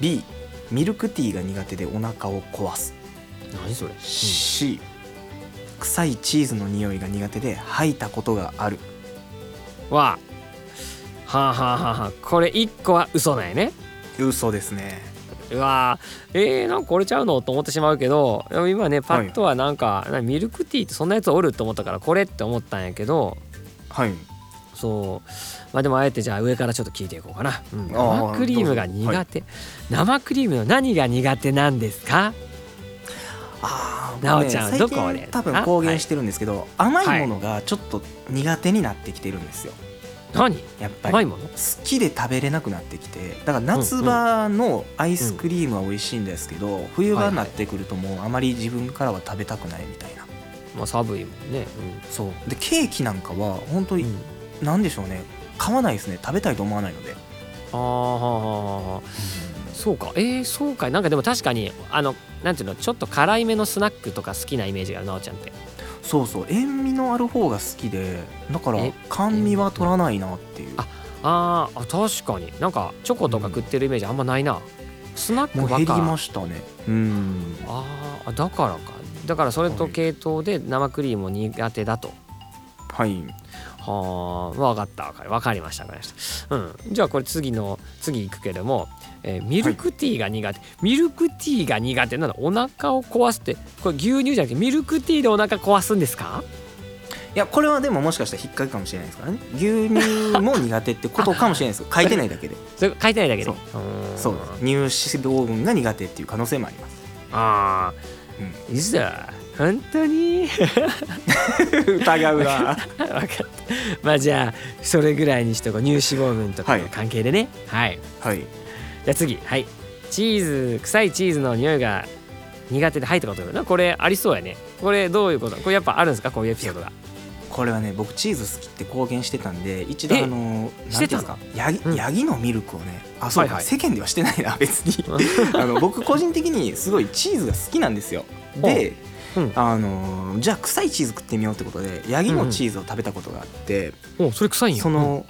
B ミルクティーが苦手でお腹を壊す、
何それ、
C 臭いチーズの匂いが苦手で吐いたことがある
うん、わあはあはあはあはあこれ一個は嘘なんやね
嘘ですね
うわーえー、なんかこれちゃうのと思ってしまうけどでも今ねパッとはなんか、なんかミルクティーってそんなやつおると思ったからこれって思ったんやけど
はい
そうまあでもあえてじゃあ上からちょっと聞いていこうかな、うん
あー
生クリームが
どうぞは
苦
い
手、生クリームの何が苦手なんですか
あー
なお
僕ね
ちゃん
最
ど
近
こで
多分
あ
公言してるんですけど、甘いものがちょっと苦手になってきてるんですよ
何
やっぱり
甘いもの
好きで食べれなくなってきてだから夏場のアイスクリームは美味しいんですけど、冬場になってくるともうあまり自分からは食べたくないみたいな
まあ寒いもんね、
そうでケーキなんかは本当
うん
に何でしょうね買わないですね食べたいと思わないので
あーはあはあはあそうかえー、そうかいなんかでも確かにあのなんていうのちょっと辛いめのスナックとか好きなイメージがあるなおちゃんって
そうそう塩味のある方が好きでだから
え
甘味は取らないなっていう
ああーあ確かになんかチョコとか食ってるイメージあんまないな、スナック
もう減
ばっ
り
か
ましたねうん
あーあだからかだからそれと系統で生クリームも苦手だと
はい
はあ分かった分かりわかりました分かりました、うん、じゃあこれ次の次いくけども、えーミルクティーが苦手、ミルクティーが苦手なのお腹を壊すってこれ牛乳じゃなくてミルクティーでお腹壊すんですか
いやこれはでももしかしたら引っかけかもしれないですからね牛乳も苦手ってことかもしれないです
(laughs)
よ書いてないだけで
それ書いてないだけで
そう
ーん
そう乳脂肪分が苦手っていう可能性もあります
ああいざ本当に
疑
(laughs)
うな
分かったまあじゃあそれぐらいにしとこう乳脂肪分とかの関係でねはい
(laughs) はい
じゃあ次はいチーズ臭いチーズの匂いが苦手で入ったことがあるなこれありそうやねこれどういうことこれやっぱあるんですかこういうエピソードが
これはね僕チーズ好きって公言してたんで一度
え
あの
し
何
て
てい
た
うんで
の
すかヤギ,、
うん
ヤギのミルクをねあそうか、
はいはい
世間ではしてないな別に (laughs) あの僕個人的にすごいチーズが好きなんですよで、
うん
あのじゃあ臭いチーズ食ってみようってことでヤギのチーズを食べたことがあって、
おそれ臭いんや
その、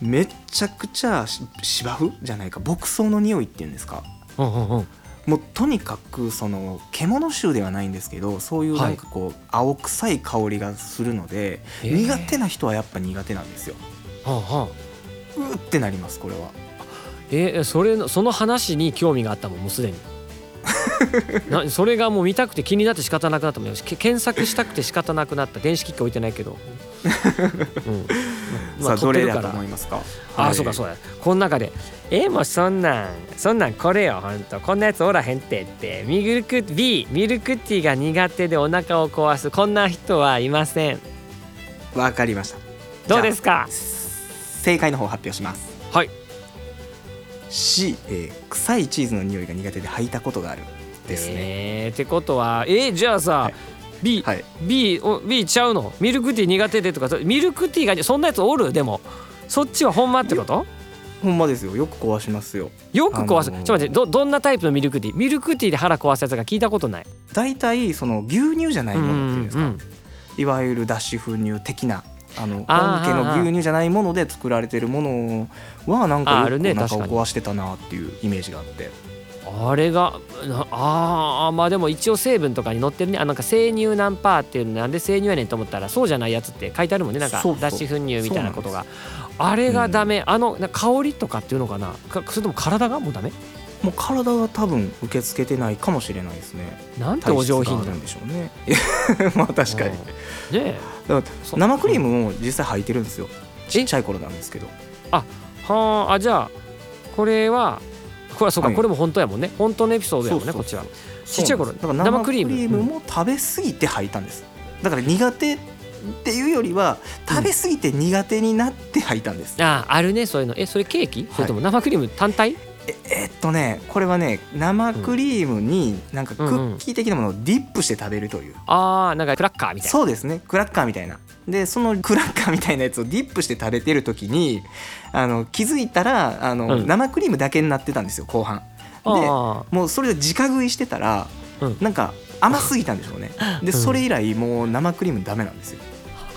めちゃくちゃし芝生じゃないか牧草の匂いっていうんですか
うんうんうんうん
もうとにかくその獣臭ではないんですけどそういうなんかこう、青臭い香りがするので、
へー
苦手な人はやっぱ苦手なんですよ
はあはあ
うーってなりますこれは
えーそれのその話に興味があったもんも
(laughs)
うすでになそれがもう見たくて気になって仕方なくなったもんよしけ検索したくて仕方なくなった電子機器置いてないけ
(laughs)
ど、うん
さあどれ
撮
だと
ってるから
思いますか
あーそうかそうだこの中で「えもうそんなんそんなんこれよほんとこんなやつおらへんって」ってミルク B ミルクティーが苦手でお腹を壊すこんな人はいません
うわかりました
どうですか
正解の方を発表します
はい
C、えー臭いチーズの匂いが苦手で履いたことがあるですね、
えーってことはえーじゃあさ、
はい
B、
はい
B お B ちゃうのミルクティー苦手でとかそミルクティーがそんなやつおるでもそっちはほんまってこと
ほんまですよよく壊しますよ
よく壊す、
あのー
ちょっと待ってどどんなタイプのミルクティーミルクティーで腹壊すやつが聞いたことない、
大体その牛乳じゃないものっていうんですか、
うんうん
いわゆる脱脂粉乳的なあの
あ
本
ー
家の牛乳じゃないもので作られてるものはなん
あー
か
あ
よ
る
く
ね
お腹
確
を
かに
壊してたなっていうイメージがあって
あれがなあーまあでも一応成分とかに載ってるねあなんか生乳何パーっていうのなんで生乳やねんと思ったらそうじゃないやつって書いてあるもんねなんか
そうそう
脱脂粉乳みたいなことがあれがダメ、あのな香りとかっていうのかなかそれとも体がもうダメ
もう体が多分受け付けてないかもしれないですね
なんてお上品
体質があ
な
る
ん
んでしょうね (laughs) まあ確かに
うんね
だから
そ
生クリームも実際履いてるんですよちっちゃい頃なんですけど
えはああじゃあこれはこれはそうか、
はい
これも本当やもんね本当のエピソードやもん
そう
ね
そう
こっちはちっちゃい頃
そうなんですだから生
生ク
クリ
リー
ー
ム
ムも食べ過ぎて履いたんですだから苦手っていうよりは食べ過ぎて苦手になって履いたんです、
あああるねそういうのえそれケーキそれとも生クリーム単体、
ええっとねこれはね生クリームになんかクッキー的なものをディップして食べるという、
ああなんかクラッカーみたいな
そうですねクラッカーみたいなでそのクラッカーみたいなやつをディップして食べてる時にあの気づいたらあの、
うん
生クリームだけになってたんですよ後半で
あ
もうそれを直食いしてたら、
うん
なんか甘すぎたんでしょうねで
うん
それ以来もう生クリームダメなんですよ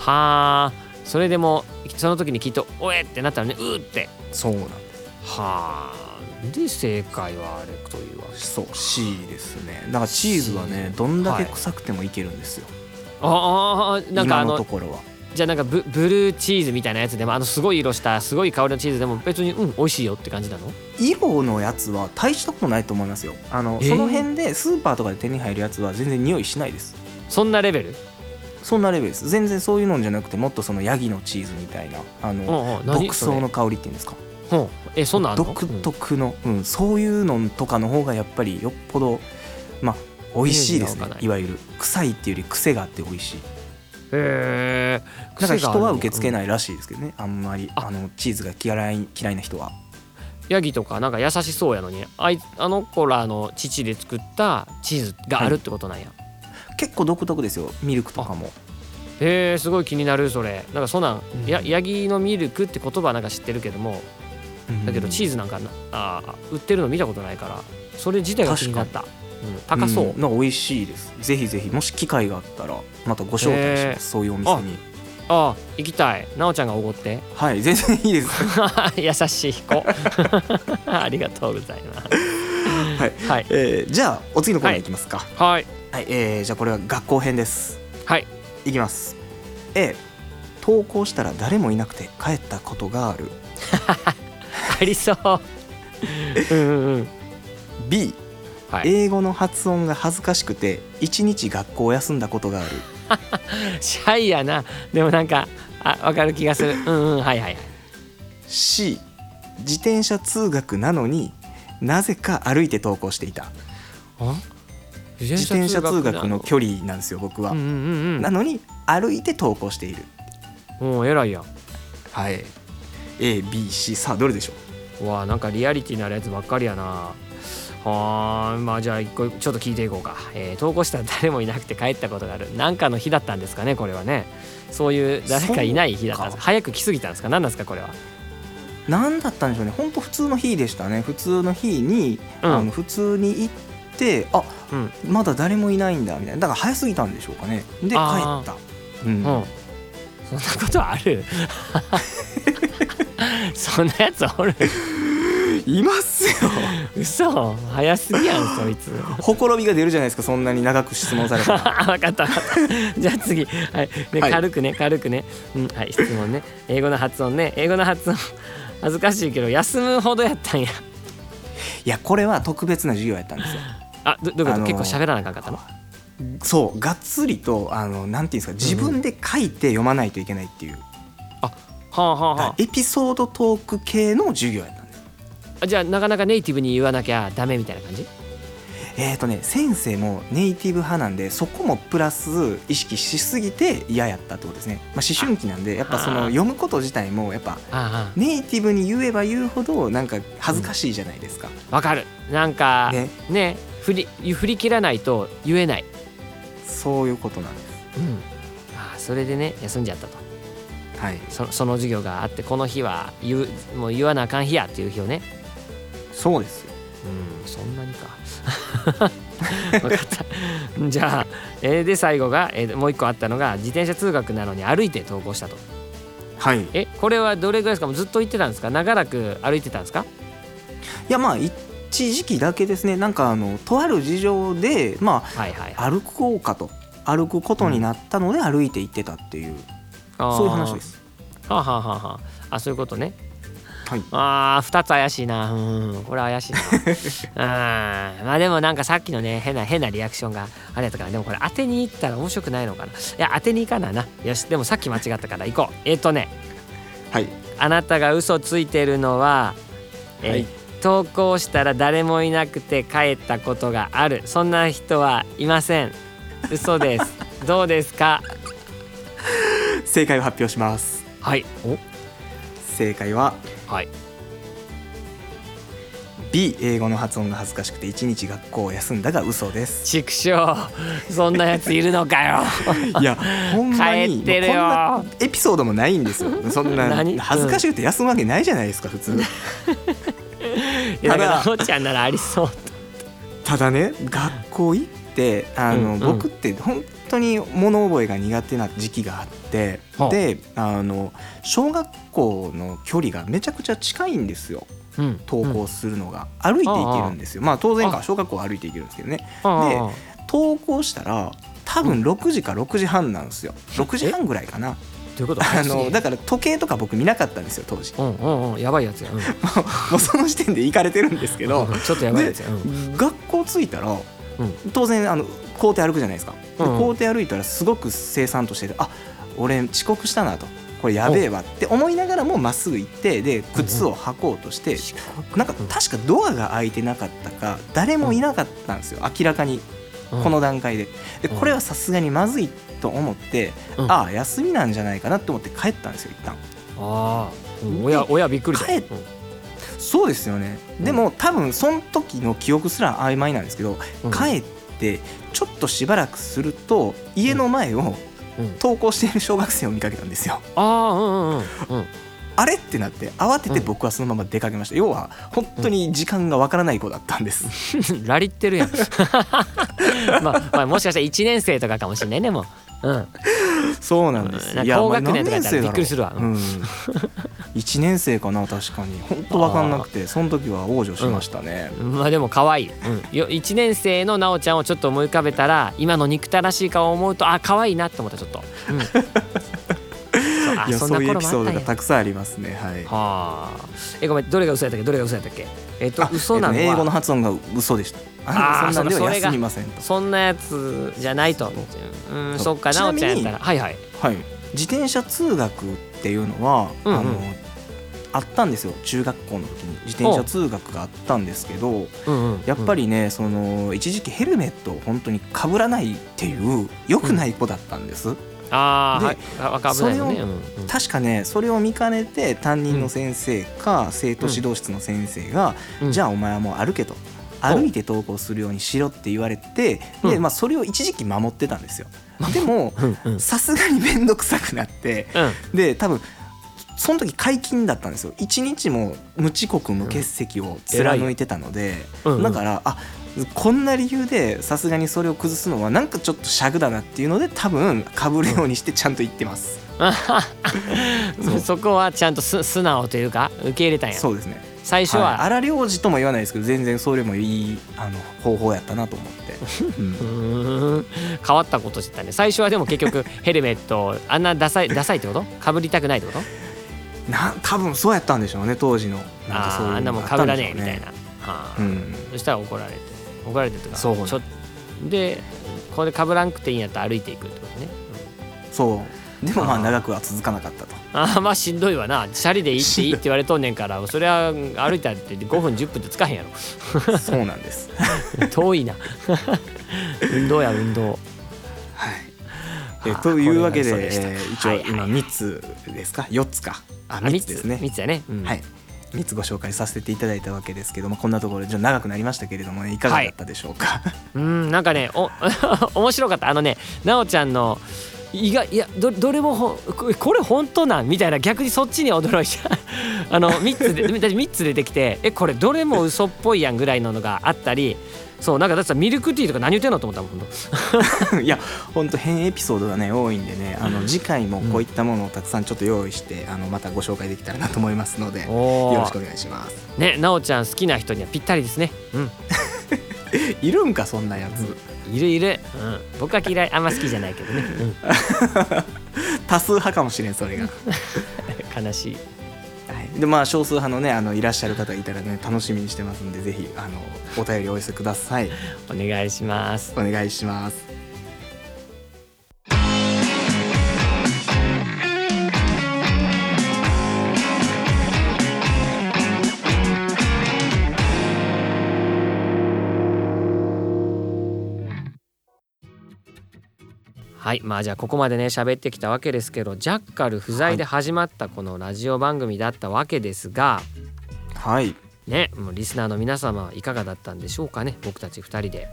ーはあそれでもその時にきっと「おえ!」ってなったのに「うー!」って
そうなんで
はあで正解はあれというわけ
すそう C ですねだからチーズはね
C
どんだけ臭くてもいけるんですよ、
ああなんかあ
今
の
のところは
じゃあなんかブブルーチーズみたいなやつでもあのすごい色したすごい香りのチーズでも別にうん美味しいよって感じなの
色のやつは大したことないと思いますよあの、
えー
その辺でスーパーとかで手に入るやつは全然匂いしないです
そんなレベル
そんなレベルです全然そういうのんじゃなくてもっとそのヤギのチーズみたいなあ
う
の
んうん何
牧草の香りっていうんですか
それうんえそんなんあんの
独
うん
特の、うんそういうのとかの方がやっぱりよっぽどまあ美味しいです
イメ
ね
ージが湧かない
いわゆる臭いっていうより癖があって美味しい
へえ
だから人は受け付け
い、
ないらしいですけどね、あんまり
あ
あのチーズが嫌い嫌いな人は
うんヤギとかなんか優しそうやのにあいあの子らの父で作ったチーズがあるってことなんや、
結構独特ですよミルクとかも
へえすごい気になるそれなんかそんなん、
うん
やヤギのミルクって言葉はなんか知ってるけどもだけどチー
ズ
ズなんかなあー売ってるの見たことないからそれ自体が気になった、うん、高そう、
の美味しいですぜひぜひもし機会があったらまたご招待し
へ
ま
ー
すそういうお店に
ああ行きたいなおちゃんがおごって (laughs)
はい全然いいです
優しい子 (laughs) ありがとうございます
はい、 (laughs)
はい
えーじゃあお次のコーナーいきますか
はい
はい、えーじゃあこれは学校編です
はい
いきます A 登校したら誰もいなくて帰ったことがある
ありそううんうんうん
B
はい、
英語の発音が恥ずかしくて一日学校を休んだことがある
シャイやなでもなんかあ分かる気がするうんうんはいはいはい
C 自転車通学なのになぜか歩いて登校していた
あ自
自転車通
な
学の距離なんですよ僕は、
うんうんうん
なのに歩いて登校している
うんうん偉いやん
はい ABC さあどれでしょ
うわあなんかリアリティのあるやつばっかりやなはーまあじゃあ一個ちょっと聞いていこうか、えー投稿したら誰もいなくて帰ったことがあるなんかの日だったんですかねこれはねそういう誰かいない日だったんです
そう
か早く来すぎたんですか何なんですかこれは
う何だったんでしょうね本当普通の日でしたね普通の日に、
うん
あの普通に行ってあ
うん
まだ誰もいないんだみたいなだから早すぎたんでしょうかねで帰っ
あー
た、うん
うん、そんなことあ
(laughs)
るそんなやつおる
いますよ (laughs)
嘘早すぎやんそいつ
ほころびが出るじゃないですかそんなに長く質問
(laughs)
されたら
あ分かった分かったじゃあ次、はいね
はい
軽くね軽くね、うん、はい質問ね英語の発音ね英語の発音 (laughs) 恥ずかしいけど休むほどやったん
(laughs)
や
いやこれは特別な授業やったんですよ
あどどういうこと、
あのー
結構喋らなあかんかったの
そうがっつりとあのなんていうんですか自分で書いて読まないといけないっていう、
はあはあは
エピソードトーク系の授業やったんです
あじゃあなかなかネイティブに言わなきゃダメみたいな感じ
えっ、とね先生もネイティブ派なんでそこもプラス意識しすぎて嫌やったってことですね、まあ、思春期なんでやっぱそ
あ
の
ー
読むこと自体もやっぱ
ああ
ネイティブに言えば言うほどなんか恥ずかしいじゃないですか、
わかるなんかね
ね
振り振り切らないと言えない、
そういうことなんです
うん、ああそれでね休んじゃったと
はい
そその授業があってこの日は言うもう言わなあかん日やっていう日をね
そうですよ
うんそんなにか (laughs) 分かったじゃあ、えーで最後が、えーもう一個あったのが自転車通学なのに歩いて登校したと
はいい
えこれはどれぐらいですかもうずっと行ってたんですか長らく歩いてたんですか
やまあ一時期だけですねなんかあのとある事情でま
はいはい
あ歩こうかと歩くことになったので歩いて行ってたっていう、そういう話ですす
はあ、はあはあはあ、あそういうことね
はい
あー2つ怪しいなうんこれ怪しい
(laughs)
なうんまあでもなんかさっきのね変な変なリアクションがあれやったからでもこれ当てに行ったら面白くないのかないや当てに行かないなよしでもさっき間違ったから行こうえっ、とね
はい
あなたが嘘ついてるのは、えー
はい
投稿したら誰もいなくて帰ったことがあるそんな人はいません嘘です
(laughs)
どうですか
正解を発表します
はい
正解は
おはい
B 英語の発音が恥ずかしくて一日学校を休んだが嘘です
畜生そんなやついるのかよ
(laughs) いやほんま
帰
に
ってるよ
こんなエピソードもないんですよそんな
(laughs) 何
恥ずかしくて休むわけないじゃないですか普通
いや
ただ
だからのっちゃんならありそう
ただね学校行ってあの、
うんうん
僕って本当に物覚えが苦手な時期があって
はあ
であの小学校の距離がめちゃくちゃ近いんですよ
うん
登校するのが、歩いて行けるんですよまあ当然か小学校は歩いて行けるんですけどねで
あ
登校したら多分6時か6時半なんですよ6時半ぐらいかな
どういうこと
あのだか
か
ら時計とか僕見なかったんですよ当時
うんうんうんやばいやつや、うん、け
もうその時点で行かれてるんですけど
ちょっとやばいや
で
つや、うん、
学校着いたら
ん
当然あの校庭歩くじゃないですかで
うんうん
校庭歩いたらすごく清算としててあ俺遅刻したなとこれやべえわって思いながらもまっすぐ行ってで靴を履こうとしてなんか確かドアが開いてなかったか誰もいなかったんですよ明らかにこの段階でで
うん
これはさすがにまずいと思って、
うん
ああ休みなんじゃないかなと思って帰ったんですよ一旦
ああ、うん親親びっくりだ。
帰っそうですよねでも、多分その時の記憶すら曖昧なんですけど、
うん
帰ってちょっとしばらくすると家の前を
うん
登校している小学生を見かけたんですよ、
ああうんうんうんうん。
あれってなって慌てて
うん
僕はそのまま出かけました、要は本当に時間がわからない子だったんです、
(laughs) ラリってるやん。 (laughs) まあまあもしかしたら一年生とかかもしれないねもう。うん。
そうなんです、
うん
いや
高
まあ
学年とかやったら
何年生だろう
びっくりするわ
うん、1年生かな確かに本当わかんなくてその時は往生しましたね、
まあでも可愛い。うん。よ一年生のなおちゃんをちょっと思い浮かべたら今の憎たらしい顔を思うとあ可愛いなって思ったちょっと。
(laughs)
うん。そうあ
いやそういうエ
ん
ピ
な
ソ
頃
ード
もあったん
が
や
たくさんありますねはい
はあ。えごめんどれが嘘やったっけどれが嘘やったっけ。えっと
あ
嘘なの
えっとね英語の
は
発音が嘘でした
あー
あそんなんで
そ
は
れが
休みませんと
そんなやつじゃないと。うんそっか
ち
な
な
お
みに
ちゃんやったらはいはい。
はい自転車通学っていうのは、
うんうん
あのあったんですよ中学校の時に自転車通学があったんですけど
うんうん。
やっぱりね、その一時期ヘルメットを本当にかぶらないっていう良くない子だったんです、
ああ、
で
はい、あわか危ないよ
そ
ね。
れを
うんうん
確かねそれを見かねて担任の先生か生徒指導室の先生が、
うん
じゃあお前はもう歩けと歩いて登校するようにしろって言われて、
うん
でまあ、それを一時期守ってたんですよ。でも
(laughs) うんうん
さすがに面倒くさくなって
うん
で多分その時解禁だったんですよ一日も無遅刻無欠席を貫いてたので、
うん
だからあこんな理由でさすがにそれを崩すのはなんかちょっとしゃぐだなっていうので多分かぶるようにしてちゃんと言ってます。
(laughs) そこはちゃんとす素直というか受け入れたんや
そうですね
最初
はい、
は、
荒領事とも言わないですけど全然それもいいあの方法やったなと思
(laughs)
って、うん
うーん変わったことしてたね最初はでも結局ヘルメットをあんなダサいダサいってことかぶりたくないってこと
なん多分そうやったんでしょうね当時のなんか
あ
そう
ー
い
あ
うんの
なもん
が
か
あった
ぶ
ん
ら
でし
ね
ょ
え
う
みたいな、はあ
うん
そしたら怒られて怒られてとか
そうね
ちょでこれかぶらんくていいんやったら歩いていくってことね (laughs)
そうでもまあ長くは続かなかったと
ああまあしんどいわなチャリで行っていいって言われとんねんからそれは歩いたって5分10分ってつかへんやろ
そうなんです。
遠いな運動や運動
はい。
は
え
あ
というわけで
これが嘘
え
し
ー
た
一応
か
今3つですか4つかあ
あ
3つですね
3つだね、うん
はい3つご紹介させていただいたわけですけどもこんなところじゃ長くなりましたけれどもねいかがだったでしょうか、
うんなんかねお (laughs) 面白かったあのねなおちゃんの意外いやどどれもほんここれ本当なんみたいな逆にそっちに驚いた (laughs) あの3つで私三つ出てきてえこれどれも嘘っぽいやんぐらいののがあったりそうなんかだってさミルクティーとか何言ってんのと思ったもんほん
(laughs)
と
いやほんと変エピソードがね多いんでねあの次回もこういったものをたくさんちょっと用意してあのまたご紹介できたらなと思いますのでよ
おー
ろしくお願いします
ねなおちゃん好きな人にはぴったりですねうん
いるんかそんなやつ
いるいる、うん、僕は嫌いあんま好きじゃないけどね、
多数派かもしれんそれが、
うん、悲しい
はい、でまあ少数派のねあのいらっしゃる方がいたらね楽しみにしてますんでぜひあのお便りお寄せください
お願いします
お願いします
はいまあじゃあここまでね喋ってきたわけですけどジャッカル不在で始まったこのラジオ番組だったわけですが、
はい
ねもうリスナーの皆様はいかがだったんでしょうかね僕たち2人で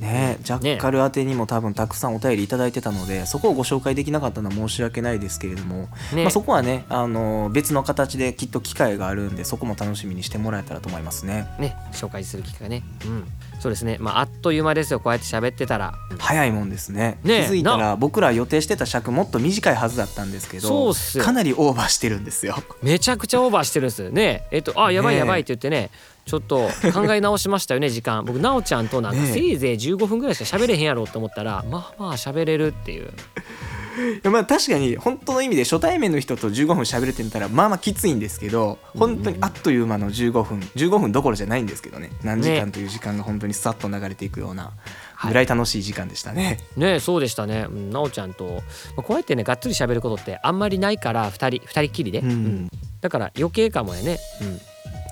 ねえジャッカル宛てにも多分たくさんお便りいただいてたのでそこをご紹介できなかったのは申し訳ないですけれども、
ね、
まあ、そこはね、あのー別の形できっと機会があるんでそこも楽しみにしてもらえたらと思いますね
ね紹介する機会がねうんそうですねまああっという間ですよこうやって喋ってたら
早いもんですね
ねえ
気づいたら僕ら予定してた尺もっと短いはずだったんですけ
そう
ど
っすよ
かなりオーバーしてるんですよ
めちゃくちゃオーバーしてるんですよねえっとあやばい
ねえ
やばいって言ってねちょっと考え直しましたよね (laughs) 時間僕なおちゃんとなんか
ねえ
せいぜい15分ぐらいしか喋れへんやろうと思ったらまあまあ喋れるっていう
いやまあ確かに本当の意味で初対面の人と15分喋れてみたらまあまあきついんですけど本当にあっという間の15分15分どころじゃないんですけどね何時間という時間が本当にさっと流れていくようなぐらい楽しい時間でしたね。
ねえそうでしたねうんなおちゃんとまあこうやってねがっつり喋ることってあんまりないから2人二人っきりで、
うん
うんだから余計かもやね、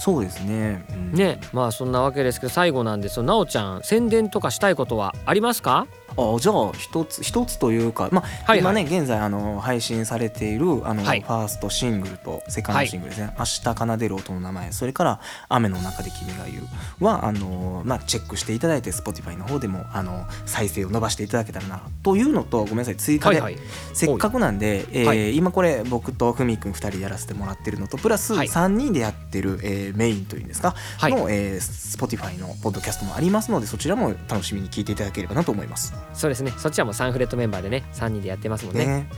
そうですね。
うん、ねえまあそんなわけですけど最後なんでそのなおちゃん宣伝とかしたいことはありますか
あじゃあ一つ一つというか、まあ
はい
今ね現在あの配信されているあの、
はい
ファーストシングルとセカンドシングルですね「明日奏でる音の名前」それから「雨の中で君が言うは」あのまあ、チェックしていただいて Spotify の方でもあの再生を伸ばしていただけたらなというのとごめんなさい追加
は
で、
いはい
せっかくなんで、えー
はい
今これ僕とふみくん2人でやらせてもらってるのとプラス
はい
3人でやってる、えーメインというんですか、
はい
の、えー、Spotify のポッドキャストもありますのでそちらも楽しみに聞いていただければなと思います。
そうですねそっちはもうサンフレットメンバーでね3人でやってますもんね
ね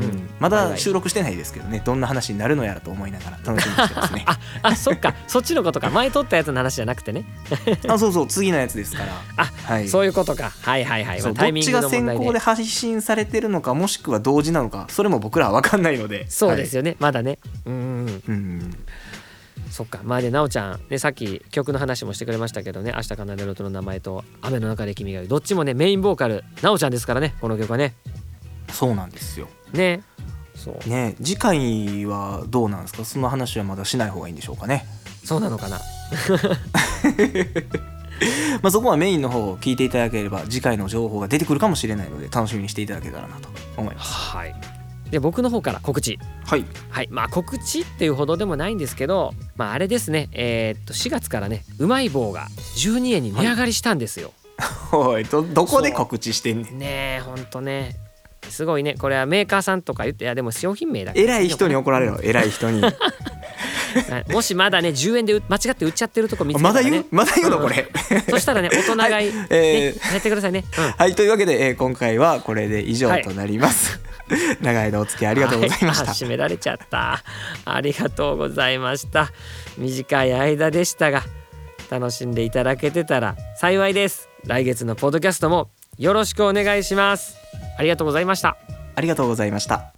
う
うんん、まだ収録してないですけどねどんな話になるのやらと思いながら楽しみにしてますね
ああそっかそっちのことか前撮ったやつの話じゃなくてね
(laughs) あそうそう次のやつですから
あ
はい
そういうことかはいはいはい、
そ
まあ
う
タイ
どっ
ミン
ち
グ
が
の問
先
題
行
で
で配信されてるのかもしくは同時なのかそれも僕らは分かんないので
そうです
よ、
よね、まだねうんうんうん
はいうん
そっかまあでなおちゃんねさっき曲の話もしてくれましたけどね「明日奏でる音の名前」と「雨の中で君が代」どっちもねメインボーカルなおちゃんですからねこの曲はね
そうなんですよ
ねそう
ね次回はどうなんですかその話はまだしない方がいいんでしょうかね
そうなのかな
まあそこはメインの方を聞いていただければ次回の情報が出てくるかもしれないので楽しみにしていただけたらなと思います
はいで僕の方から告知
はい
はいまあ告知っていうほどでもないんですけどまああれですねえーっと4月からねうまい棒が12円に値上がりしたんですよ、
おい (laughs) どどこで告知してんねん
ねえほんとねすごいねこれはメーカーさんとか言っていやでも商品名だから
偉い人に怒られ
(laughs)
ろ偉い人に
はいもしまだね10円でう間 (laughs) 違って売っちゃってるとこ見つけた
ま
ら
だ
ね
言うまだ言うのこれ
(laughs) そしたらね大人がい、
はい
ね
え
やってくださいね。うん
はいというわけで、えー今回はこれで以上となります、 (laughs) 長い間お付き合いありがとうございまし
は
た、
あ締められちゃった。ありがとうございました。短い間でしたが、楽しんでいただけてたら幸いです。来月のポッドキャストもよろしくお願いします。ありがとうございました。
ありがとうございました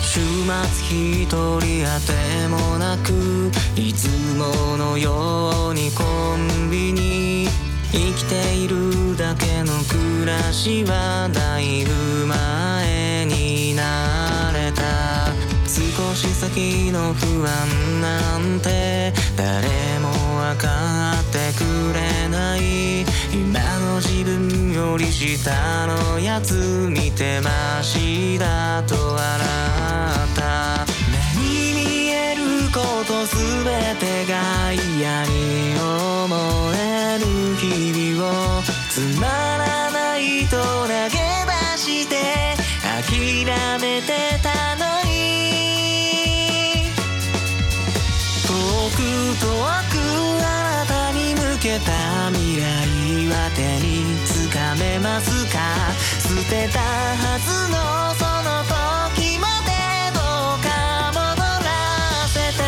一人当てもなくいつものようにコンビニ生きているだけの暮らしはだいぶ前になれた少し先の不安なんて誰も分かってくれない今の自分より下のやつ見てましだと笑った目に見えることすべてが嫌に思える日々をつまらないと投げ出して諦めてたのに遠く遠くあなたに向けた未来は手につかめますか捨てたはずのその時までどうか戻らせて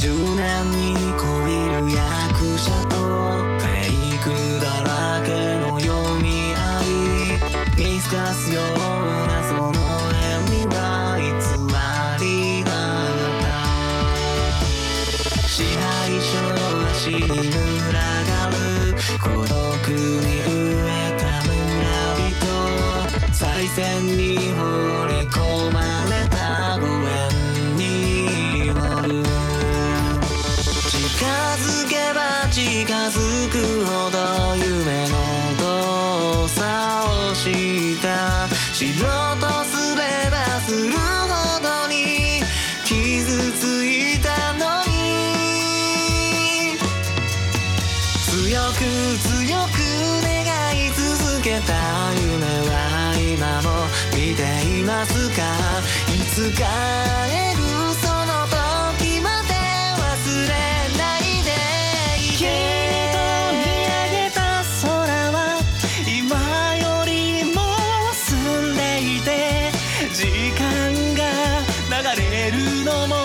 柔軟に恋る役者とフェイクだらけの読み合い見透かすようなその笑みは偽りだった支配者は死に群がる孤独に飢えた村人再戦に放り込まれたご縁による近づけば近づくほど夢の動作をした知ろうとすればするほどに傷ついたのに強く強く願い続けた夢は今も見ていますかいつか会えるその時まで忘れないで君と見上げた空は今よりも澄んでいて時間が流れるのも